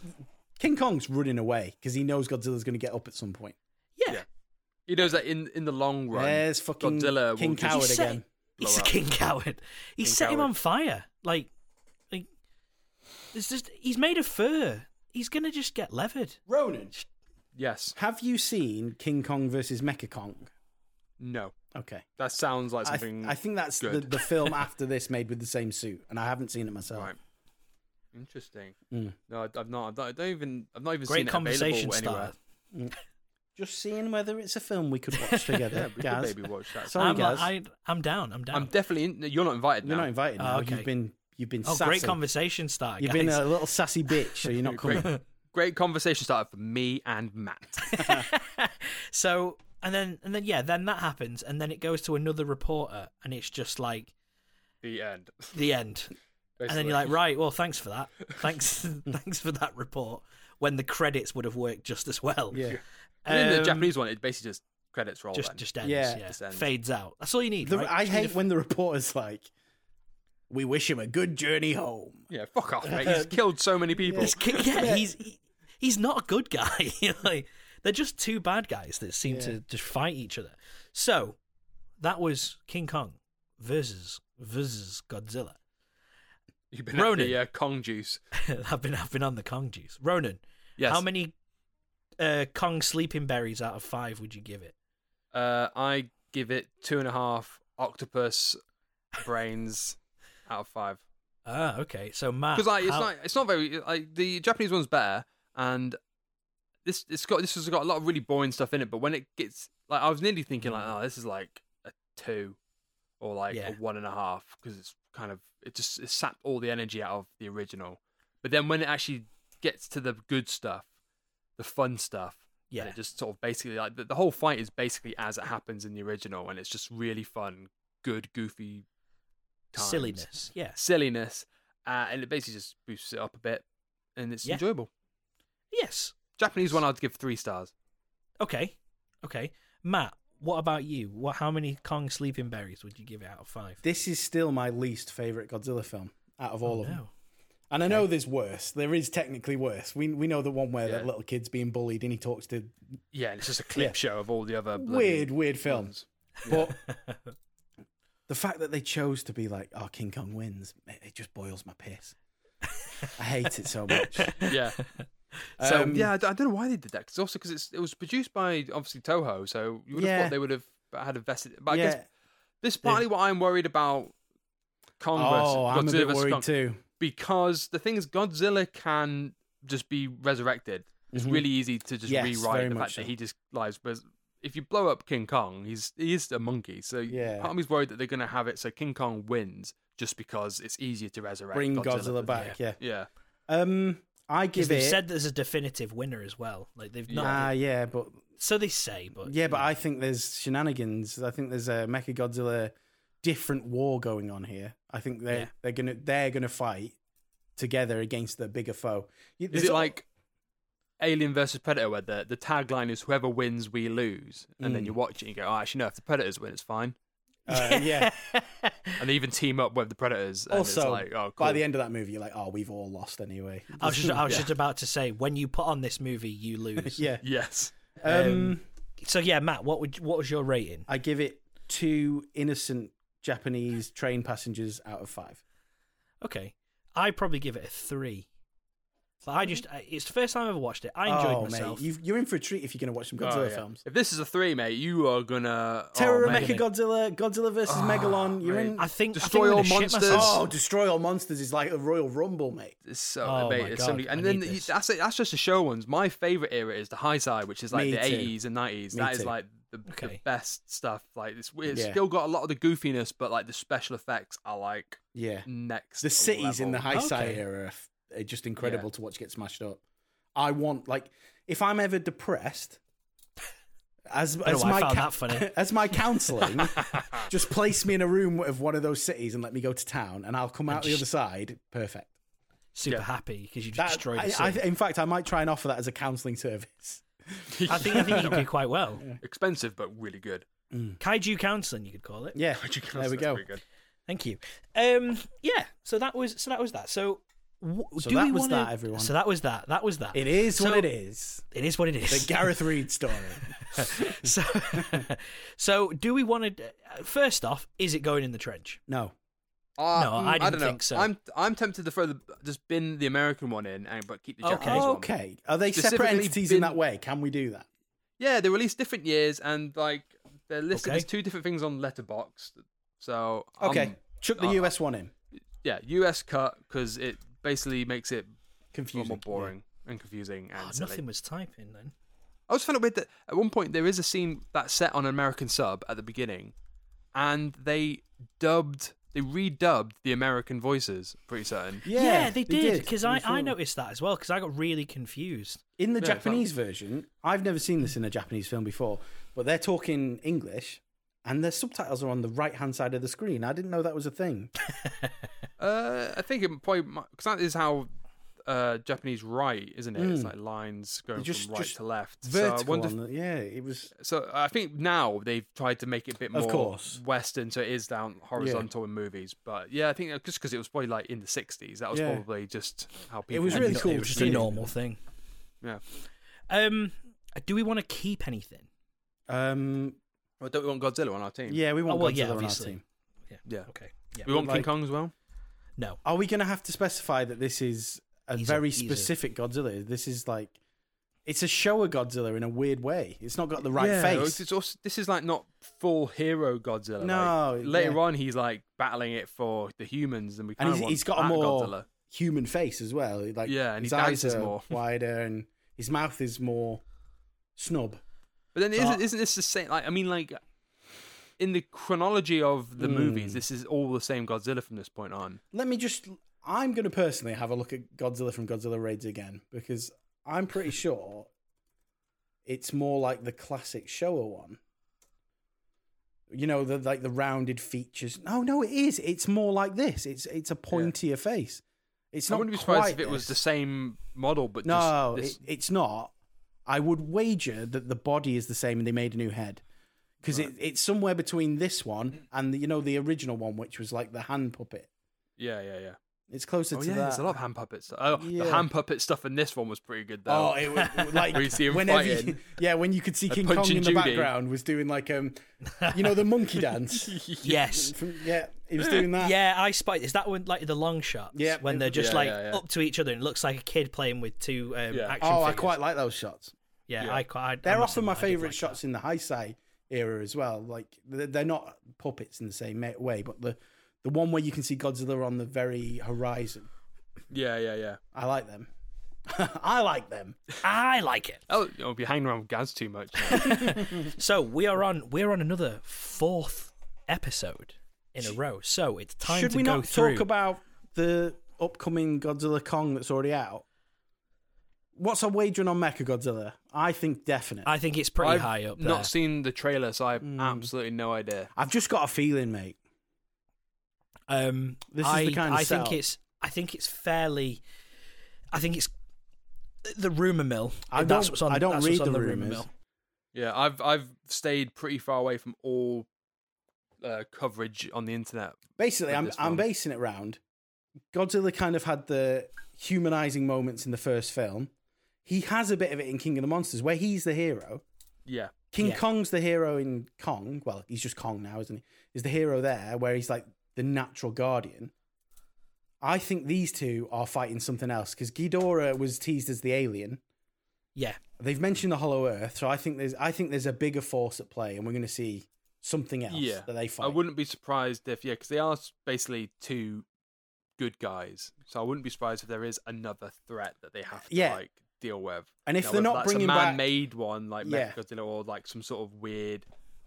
King Kong's running away because he knows Godzilla's going to get up at some point. Yeah, Yeah. He knows that in, in the long run, There's fucking Godzilla King will just- Coward He set- again. he's Blow a up. king coward. He King set him coward. on fire. Like, like it's just he's made of fur. He's gonna just get levered. Ronan. Yes. Have you seen King Kong versus Mecha Kong? No. Okay. That sounds like I, th- something. I think that's the, good. the film after this made with the same suit, and I haven't seen it myself. Right. Interesting. Mm. No, I- I've not. I've not I don't even. I've not even seen Great it conversation available anywhere. starter. Just seeing whether it's a film we could watch together, Yeah, we Gaz. could maybe watch that. Sorry, I'm, Gaz. I, I'm down. I'm down. I'm definitely. In, you're not invited You're now. not invited now. Oh, okay. You've been you've been oh, sassy. great conversation starter. You've guys. been uh, a little sassy bitch, so you're not coming. Great, great conversation started for me and Matt. So and then and then yeah, then that happens, and then it goes to another reporter, and it's just like the end. the end. And then you're like, basically. right, well, thanks for that. Thanks, thanks for that report. When the credits would have worked just as well. Yeah. In the Um, Japanese one, it basically just credits roll. just then. just ends. Yeah, Yeah, just ends. fades out. That's all you need. The- right? I Just need hate a- when the reporter's like, "We wish him a good journey home." yeah, fuck off, mate. He's killed so many people. He's ki- yeah, he's he- he's not a good guy. like they're just two bad guys that seem to just fight each other. So that was King Kong versus versus Godzilla. You've been at Ronan. the uh, Kong juice. I've been I've been on the Kong juice. Ronan, Yes. how many uh, Kong sleeping berries out of five would you give it? Uh, I give it two and a half octopus brains out of five. Ah, okay. So Matt, because like it's how- not it's not very like the Japanese one's better and this it's got this has got a lot of really boring stuff in it but when it gets like I was nearly thinking like oh this is like a two or like Hmm. Yeah. a one and a half because it's kind of it just it sapped all the energy out of the original but then when it actually gets to the good stuff the fun stuff then Yeah. it just sort of basically like the, the whole fight is basically as it happens in the original and it's just really fun good goofy times silliness. Yes. silliness, uh, and it basically just boosts it up a bit, and it's Yeah. enjoyable. Yes. Japanese one, I'd give three stars. Okay. Okay. Matt, what about you? What? How many Kong sleeping berries would you give it out of five? This is still my least favorite Godzilla film out of all Oh, of them. no. And I know there's worse. There is technically worse. We we know the one where Yeah. that little kid's being bullied and he talks to Yeah, and it's just a clip Yeah. show of all the other bloody weird, weird films. ones. But the fact that they chose to be like, "Oh, King Kong wins," it it just boils my piss. I hate it so much. Yeah, so Um, yeah, I, d- I don't know why they did that. Cause also because it was produced by obviously Toho, so you would have Yeah. thought they would have had a vested. But I yeah. guess this is partly what I'm worried about. Congress, oh, I'm a bit worried too. because the thing is, Godzilla can just be resurrected. It's Mhm. really easy to just Yes, very rewrite the much fact so. that he just lies. But if you blow up King Kong, he's he is a monkey. So Yeah. part of me's worried that they're going to have it so King Kong wins just because it's easier to resurrect. Bring Godzilla, Godzilla, than- back, yeah. Yeah, Um, I Because give they've it. said there's a definitive winner as well. Like they've not. Ah, yeah, but So they say, but yeah, but I think there's shenanigans. I think there's a Mecha Godzilla different war going on here. I think they are Yeah. they're gonna they're gonna fight together against the bigger foe. You- is there's it al- like Alien versus Predator where the the tagline is whoever wins we lose, and then Mm. you watch it and you go, oh, actually no, if the Predators win, it's fine. uh, yeah? And they even team up with the Predators. And it's Also, like, oh, cool. by the end of that movie, you're like, oh, we've all lost anyway. I was just I was Yeah. just about to say when you put on this movie, you lose. yeah. yes, Um, Um, So yeah, Matt, what would what was your rating? I give it two innocent Japanese train passengers out of five. Okay, I probably give it a three. But I just I- it's the first time I ever watched it. I enjoyed oh, myself. Mate, you've, you're in for a treat if you're going to watch some Oh, Godzilla yeah. films. If this is a three, mate, you are gonna Terror oh, of mate. Mecha Godzilla, Godzilla versus Megalon. You're mate. in. I think Destroy I all think I'm gonna shit monsters. myself. Oh, destroy all monsters is like a Royal Rumble, mate. It's so Oh mate, my it's God, so many- I and then need the- this. that's it. That's just the show ones. My favorite era is the high side, which is like Me the too. eighties and nineties. Me That is too. like the, the Okay. best stuff. Like it's, it's Yeah. still got a lot of the goofiness, but like the special effects are like Yeah. Mm. next. The cities in the level. high side Okay. era are f- are just incredible to watch get smashed up. I want like if I'm ever depressed, as as why I my found cou- that funny. as my counselling, just place me in a room of one of those cities and let me go to town, and I'll come out the other side perfect. Super Yeah. happy because you That- destroyed I, the I, city. in fact, I might try and offer that as a counselling service. I think I think you do quite well. expensive but really good. Kaiju counseling, you could call it. Yeah, Which you can- there we that's go. pretty good. Thank you. Um, yeah. So that was so that was that. So, w- So do that we was wanna- that, everyone. So that was that. That was that. It is So- what it is. It is what it The is. Gareth Reed story. so, so do we want to? First off, is it going in the trench? No, Uh, No, I mm, didn't don't know. think so. I'm I'm tempted to throw the just bin the American one in and but keep the Okay. Japanese one. okay. Are they separate Specifically entities bin- in that way? Can we do that? Yeah, they released different years and like they're listed Okay. as two different things on Letterbox. So I'm- Okay, chuck the uh, US one in. yeah, US cut because it basically makes it a lot Confusing. more Yeah. Ah, boring and confusing and Oh, silly. nothing was typing then. I also found it weird that at one point there is a scene that's set on an American sub at the beginning, and they dubbed, they redubbed the American voices. Pretty certain. Yeah, they, did because I, I noticed that as well because I got really confused. in the Yeah, Japanese version. I've never seen this in a Japanese film before, but they're talking English, and their subtitles are on the right hand side of the screen. I didn't know that was a thing. Uh, I think it probably because that is how uh, Japanese write, isn't it? It's like lines going Hmm. Just- from right just to left. Vertical, so I wonder. if- on the, yeah, it was. so I think now they've tried to make it a bit more Of course. Western, so it is down horizontal in movies. But yeah, I think uh, just because it was probably like in the '60s, that was Yeah. probably just how people. was did really And cool It to was just see. a normal thing. Yeah. Um, do we want to keep anything? Um, Well, don't we want Godzilla on our team? yeah, we want Oh, well, Godzilla yeah, on our obviously. team. Yeah. Okay. Yeah. We want King like- Kong as well. No. Are we going to have to specify that this is a Easy, very easy. specific Godzilla? This is like. It's a Showa Godzilla in a weird way. It's not got the right Yeah. face. It's also, this is like not full hero Godzilla. like, No, later yeah. on, he's like battling it for the humans, and we kind and of he's, want he's got a that more Godzilla. human face as well. Like Yeah, and his he eyes dances are more. wider, and his mouth is more snub. But then So isn't I- isn't this the same? Like I mean, like in the chronology of the movies, Mm. this is all the same Godzilla from this point on. Let me just. I'm going to personally have a look at Godzilla from Godzilla Raids again because I'm pretty sure it's more like the classic Showa one. You know, the like the rounded features. No, no, it is. It's more like this. It's it's a pointier face. It's I not wouldn't be surprised quite if it was this. the same model, but No, just this, it, it's not. I would wager that the body is the same and they made a new head. Because it, it's somewhere between this one and the, you know the original one, which was like the hand puppet. yeah, yeah, yeah. It's closer Oh to yeah, that. there's a lot of hand puppet stuff. Oh, the Yeah. hand puppet stuff in this one was pretty good though. Oh, it was like Where you see him whenever, fighting. you, yeah, when you could see King Punch Kong in and the Judy. background was doing like um, you know the monkey dance. Yes. From- yeah, he was doing that. Yeah, I spiked. Is that when like the long shots? Yeah. when they're just Yeah, like yeah, yeah. up to each other and it looks like a kid playing with two um, Yeah. action. Oh, I figures. quite like those shots. Yeah, yeah. I quite. I- I They're must often my admit I did favourite like that. shots in the Heisei era as well. Like they're they're not puppets in the same ma- way, but the the one where you can see Godzilla on the very horizon. yeah, yeah, yeah. I like them. I like them. I like it. Oh, you'll be hanging around with Gaz too much. So we are on. We're on another fourth episode in a row. So it's time Should to we go not through. talk about the upcoming Godzilla Kong that's already out? What's our wagering on Mecha Godzilla? I think definite. I- I think it's pretty I've high up Not there. seen the trailer, so I have Mm. absolutely no idea. have just got a feeling, mate. Um, This is I, the kind of I setup. think it's. I think it's fairly. I think it's the rumor mill. I that's don't- what's on. I don't that's read what's on the the rumor rumours. mill. Yeah, I've I've stayed pretty far away from all uh, coverage on the internet. Basically, With I'm this I'm one. basing it round. Godzilla kind of had the humanizing moments in the first film. He has a bit of it in King of the Monsters, where he's the hero. Yeah, King Yeah. Kong's the hero in Kong. Well, he's just Kong now, isn't he? Is the hero there where he's like the natural guardian. I think these two are fighting something else because Ghidorah was teased as the alien. Yeah, They've mentioned the Hollow Earth, so I think there's I think there's a bigger force at play, and we're going to see something else yeah. that they fight. I wouldn't be surprised if yeah, because they are s- basically two good guys. So I wouldn't be surprised if there is another threat that they have to Yeah. like deal with. And if Now, they're whether not that's bringing a back- man-made one like Yeah. Mechagodzilla or like some sort of weird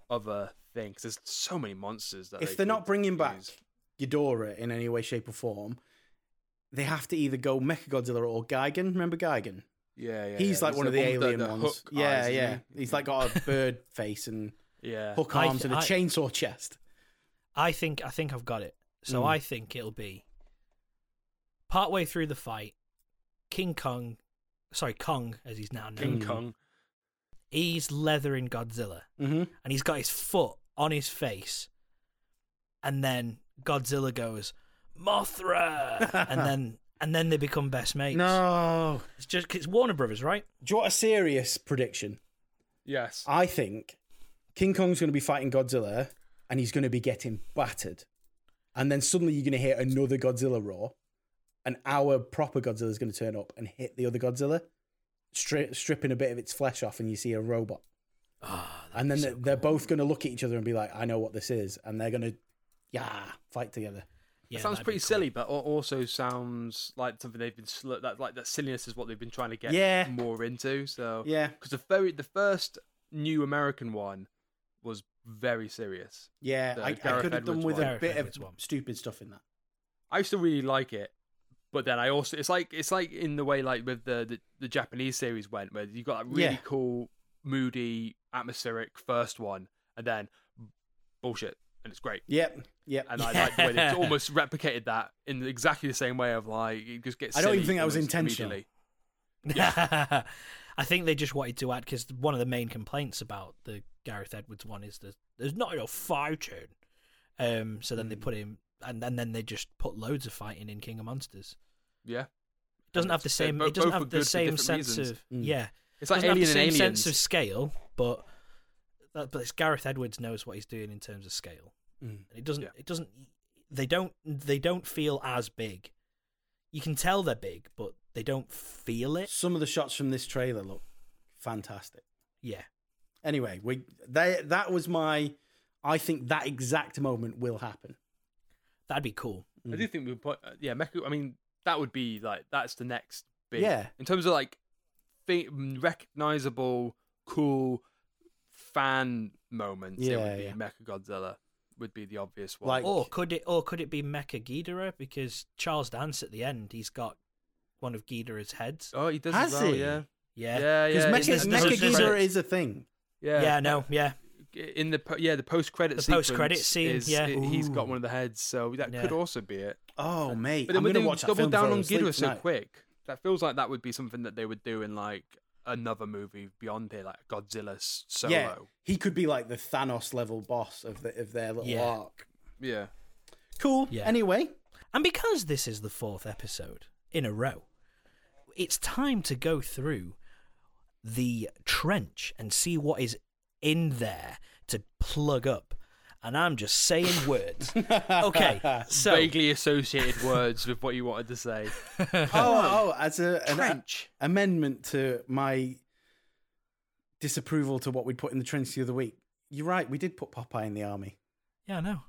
other thing, 'cause there's so many monsters that if they they're not could bringing back use. Ghidorah in any way, shape, or form, they have to either go Mechagodzilla or Gigan. Remember Gigan? yeah, yeah, he's yeah. like There's one of the the one with the- alien the ones. hook Yeah, eyes, isn't yeah. he? He's like got a bird face and yeah, hook I arms th- and a I- chainsaw chest. I think I think I've got it. So Mm. Hmm. I think it'll be partway through the fight, King Kong, sorry Kong as he's now known, King Mm. Kong. he's leathering Godzilla, Mm-hmm. and he's got his foot on his face, and then Godzilla goes Mothra, and then and then they become best mates. No. it's just it's Warner Brothers, right? Do you want a serious prediction? Yes. I think King Kong's going to be fighting Godzilla and he's going to be getting battered. And then suddenly you're going to hear another Godzilla roar, and our proper Godzilla's going to turn up and hit the other Godzilla, stri- stripping a bit of its flesh off, and you see a robot. Ah, and then they're, they're both going to look at each other and be like, I know what this is. And they're going to, yeah, fight together. Yeah, It sounds that'd be pretty cool. silly, but al- also sounds like something they've been sl- that like that silliness is what they've been trying to get Yeah. more into. So Yeah. because the very the first new American one was very serious. Yeah. The I, I Gareth could have done Edwards with one. a Gareth bit Edwards of one. stupid stuff in that. I used to really like it, but then I also it's like it's like in the way like with the the, the Japanese series went where you got that really Yeah. cool moody atmospheric first one, and then bullshit, and it's great. Yep. Yep. And I like the way they Yeah. almost replicated that in exactly the same way of like it just gets. I don't even silly think that was almost intentional. immediately. I think they just wanted to add because one of the main complaints about the Gareth Edwards one is there's, there's not enough fighting. Um, so then Hmm. they put him, and, and then they just put loads of fighting in King of Monsters. Yeah. It doesn't have the it's- they're same. bo- It doesn't both are have the good for same different sense reasons. Hmm. of Mm. yeah. It's like doesn't have Alien the and same Aliens. sense of scale, but that, but it's Gareth Edwards knows what he's doing in terms of scale. Mm. It doesn't. Hmm. Yeah. It doesn't. They don't. They don't feel as big. You can tell they're big, but they don't feel it. Some of the shots from this trailer look fantastic. Yeah. anyway, we they that was my. I think that exact moment will happen. That'd be cool. I do think we would put, uh, yeah, Mecha. I mean, that would be like that's the next big, Yeah. in terms of like thi- mm, recognizable, cool fan moments. it Yeah, would be yeah. Mecha Godzilla would be the obvious one. Like- Or could it? Or could it be Mecha Ghidorah? Because Charles Dance at the end, he's got one of Ghidorah's heads. oh, he does Has as well. he? Yeah, Yeah. yeah, yeah. Because in Mecha, there's- the- there's Mecha a different- Ghidorah is a thing. yeah, Yeah. no. Yeah. In the po- yeah, the post credit The post-credit scene, yeah. he's got Ooh. one of the heads, so that Yeah. could also be it. Oh mate, But then I'm would gonna they watch that double film down before I on go to sleep Ghidorah so tonight. quick? That feels like that would be something that they would do in like another movie beyond here, like Godzilla s- solo. Yeah, he could be like the Thanos level boss of the, of their little Yeah. arc. Yeah. Cool. Yeah. Anyway, And because this is the fourth episode in a row, it's time to go through the trench and see what is in there to plug up. And I'm just saying words. okay. So Vaguely associated words with what you wanted to say. oh, oh, as a, an Trench. amendment to my disapproval to what we put in the trench the other week. You're right. We did put Popeye in the army. yeah, no.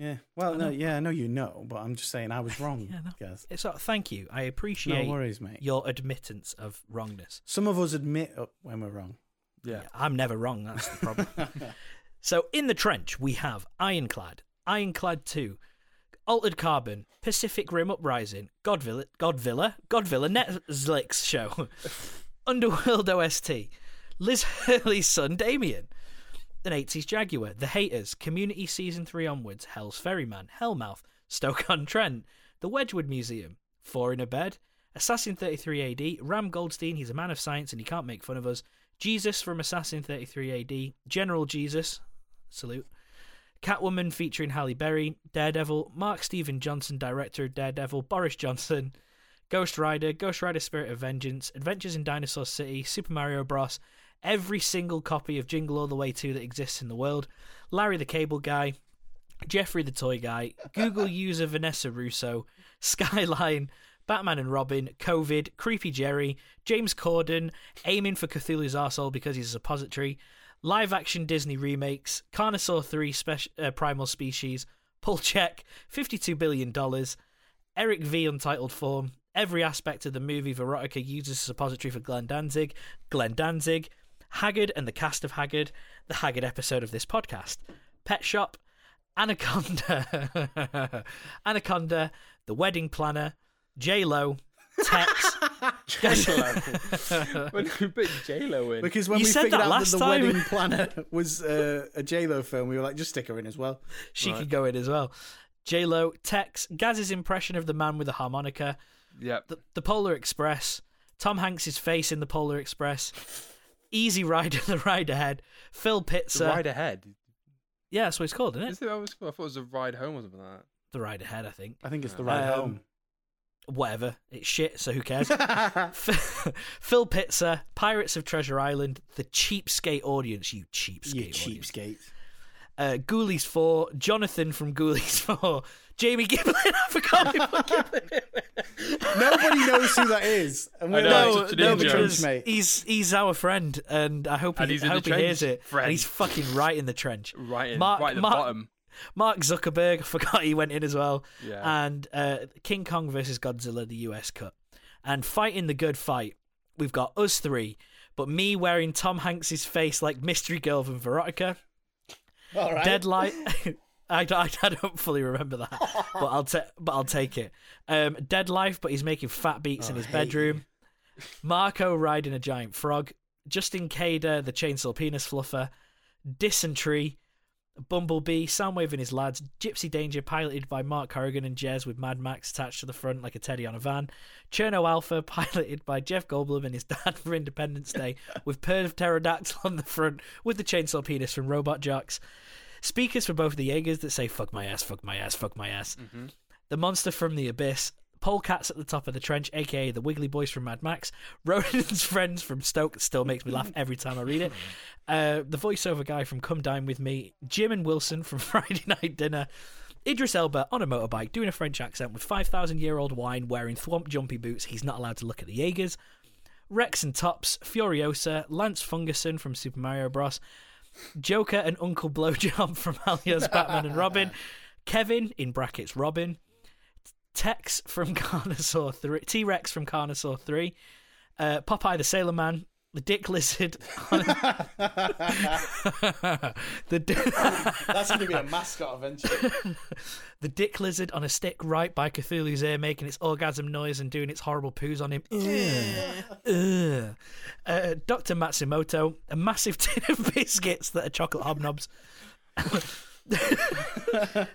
Yeah. Well, no. Yeah, I know you know, but I'm just saying I was wrong, Yeah, no. Gaz. It's uh, thank you. I appreciate No worries, mate. your admittance of wrongness. Some of us admit uh, when we're wrong. Yeah. I'm never wrong. That's the problem. so in the trench we have Ironclad, Ironclad Two, Altered Carbon, Pacific Rim Uprising, Godvilla, Godvilla, Godvilla Netflix show, Underworld OST, Liz Hurley's son Damien, an 80s Jaguar, The Haters, Community Season 3 onwards, Hell's Ferryman, Hellmouth, Stoke-on-Trent, The Wedgwood Museum, Four in a Bed, Assassin 33 AD, Ram Goldstein, he's a man of science and he can't make fun of us, Jesus from Assassin 33 AD, General Jesus, salute, Catwoman featuring Halle Berry, Daredevil, Mark Steven Johnson, director of Daredevil, Boris Johnson, Ghost Rider, Ghost Rider Spirit of Vengeance, Adventures in Dinosaur City, Super Mario Bros., every single copy of Jingle All the Way 2 that exists in the world, Larry the Cable Guy, Jeffrey the Toy Guy, Google user Vanessa Russo, Skyline, Batman and Robin, COVID, Creepy Jerry, James Corden, aiming for Cthulhu's arsehole because he's a suppository, live action Disney remakes, Carnosaur 3 spec- uh, Primal Species, Pull Check, $52 billion, Eric V Untitled Form, Every aspect of the movie, Veronica uses as a suppository for Glenn Danzig, Glenn Danzig, Haggard and the cast of Haggard, the Haggard episode of this podcast, Pet Shop, Anaconda, Anaconda, The Wedding Planner, J Lo, Tex. when we put J Lo in, Because when You we said figured that out last that the time. Wedding Planner was uh, a J Lo film, we were like, just stick her in as well. she could go in as well. J Lo, Tex, Gaz's impression of the man with the harmonica, yeah, the, the Polar Express, Tom Hanks's face in the Polar Express, Easy Rider, the Ride Ahead, Phil Pitzer. ride ahead. yeah, that's what it's called, isn't it? Is it, I, was, I thought it was a ride home or something like that. The Ride Ahead, I think. I think it's the right Um, home. Whatever, it's shit, so who cares? Phil Phil Pitzer, Pirates of Treasure Island, the cheapskate audience, you cheapskate, You audience. cheapskate. Uh, Ghoulies Four, Jonathan from Ghoulies Four, Jamie Giblin. I forgot we put Giblin. Nobody knows who that is. And we're I know, like, it's such an no, in-joke. because trench mate. he's he's our friend, and I hope he, And he's I in the hope he trench, hears it. friend. And he's fucking right in the trench. Right in, Mark- right at the Mark- bottom. Mark Zuckerberg, I forgot he went in as well. Yeah. And uh, King Kong versus Godzilla, the US cut. And fighting the good fight, we've got us three, but me wearing Tom Hanks's face like Mystery Girl from Veronica. All right. Deadlight. I, don't- I, don't fully remember that, but I'll ta- but I'll take it. Um, Dead Life, but he's making fat beats in Oh, his I hate bedroom. Marco riding a giant frog. Justin Cader, the chainsaw penis fluffer. Dysentery. Bumblebee, Soundwave and his lads, Gypsy Danger, piloted by Mark Corrigan and Jez, with Mad Max attached to the front like a teddy on a van. Cherno Alpha, piloted by Jeff Goldblum and his dad for Independence Day, with Perv Pterodactyl on the front, with the chainsaw penis from Robot Jocks. Speakers for both the Jaegers that say, fuck my ass, fuck my ass, fuck my ass. The monster from the abyss, Polecats at the top of the trench, aka the Wiggly Boys from Mad Max, Ronan's friends from Stoke, still makes me laugh every time I read it. Uh, the voiceover guy from Come Dine With Me, Jim and Wilson from Friday Night Dinner, Idris Elba on a motorbike doing a French accent with 5,000 year old wine, wearing thwomp jumpy boots. He's not allowed to look at the Jaegers. Rex and Tops, Furiosa, Lance Fungerson from Super Mario Bros. Joker and Uncle Blowjob from Alias Batman and Robin, Kevin in brackets Robin, Tex from Carnosaur Three, T Rex from Carnosaur Three, uh, Popeye the Sailor Man, the Dick Lizard, the di- That's going to be a mascot eventually. the Dick Lizard on a stick right by Cthulhu's ear, making its orgasm noise and doing its horrible poos on him. Ugh. Ugh. Uh, Dr. Matsumoto, a massive tin of biscuits that are chocolate hobnobs.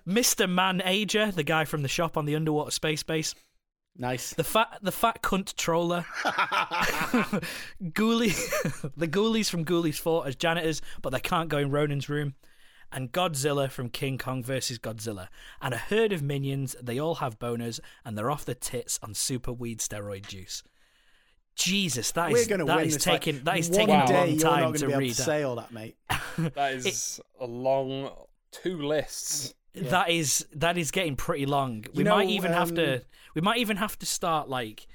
Mr. Man Ager, the guy from the shop on the underwater space base. Nice. The fat the fat cunt troller. Ghoulie the ghoulies from Ghoulies 4 as janitors, but they can't go in Ronan's room. And Godzilla from King Kong versus Godzilla. And a herd of minions, they all have boners, and they're off their tits on super weed steroid juice. Jesus, that We're is going to that win is this taking fight. that is One taking a day long you're not time gonna to be able read. to that. say all that, mate. That is a long two lists. That is that is getting pretty long. We know, might even have to um, we might even have to start like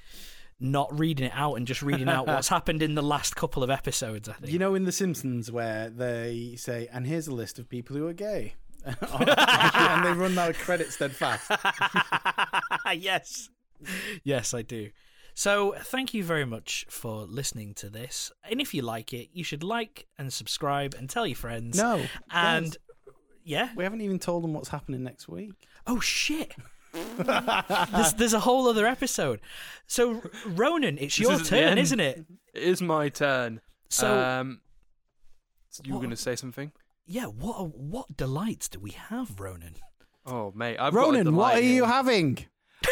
not reading it out and just reading out what's happened in the last couple of episodes. I think. You know, in The Simpsons, where they say, "And here's a list of people who are gay," and they run that credits dead fast. yes, yes, I do. So thank you very much for listening to this. And if you like it, you should like and subscribe and tell your friends. No, and guys. yeah. We haven't even told them what's happening next week. Oh shit. there's, there's a whole other episode. So Ronan, it's your isn't the turn, end. isn't it? It is my turn. So- um, you were What? going to say something? Yeah, what a, what delights do we have, Ronan? Oh, mate, I've got a Ronan, what delight are here. you having?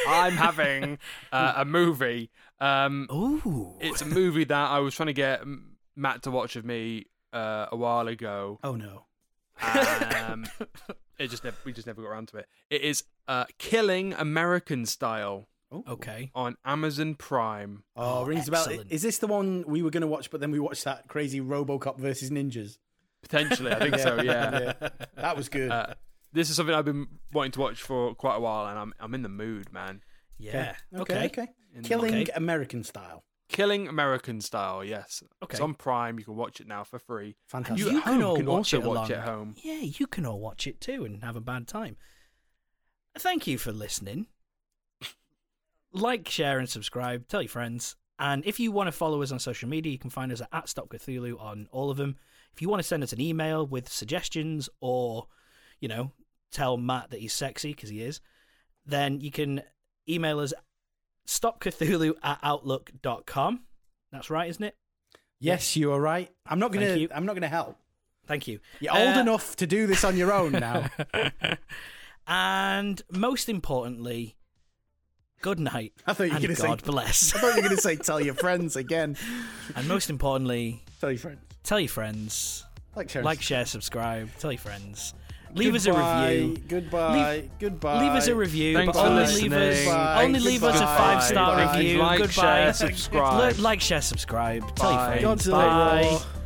I'm having uh, a movie. Um, Ooh, it's a movie that I was trying to get um, Matt to watch with me uh, a while ago. Oh no! Um, it just never, we just never got around to it. It is uh, Killing American Style okay. on Amazon Prime. Oh, Oh, rings about. excellent. Is this the one we were going to watch, but then we watched that crazy RoboCop versus ninjas? Potentially, I think so. Yeah. Yeah. that was good. Uh, this is something I've been wanting to watch for quite a while, and I'm I'm in the mood, man. Yeah. okay, okay. Killing Okay. American style. Killing American Style, yes. Okay. It's on Prime. You can watch it now for free. Fantastic. You You, at can home all can watch also it watch along. at home. Yeah, you can all watch it too and have a bad time. Thank you for listening. like, share, and subscribe. Tell your friends. And if you want to follow us on social media, you can find us at, at Stop Cthulhu on all of them. If you want to send us an email with suggestions or, you know, tell Matt that he's sexy because he is, then you can email us stopcthulhu at outlook.com. That's right, isn't it? Yes, you are right. I'm not Thank gonna. you. I'm not gonna help. Thank you. You're old Uh, enough to do this on your own now. and most importantly, good night. I thought you were and gonna say- God bless. I thought you were gonna say tell your friends again. and most importantly, Tell your friends. tell your friends, Like sharing. like, share, subscribe, tell your friends, leave us a Goodbye, review. Goodbye. goodbye. Leave us a review, Thanks but for only listening. leave us Goodbye. only leave us a Goodbye. five star Goodbye. review. Like, Goodbye. share, subscribe. Like, share, subscribe. Tell Bye. your friends. Godzilla. Bye. roar.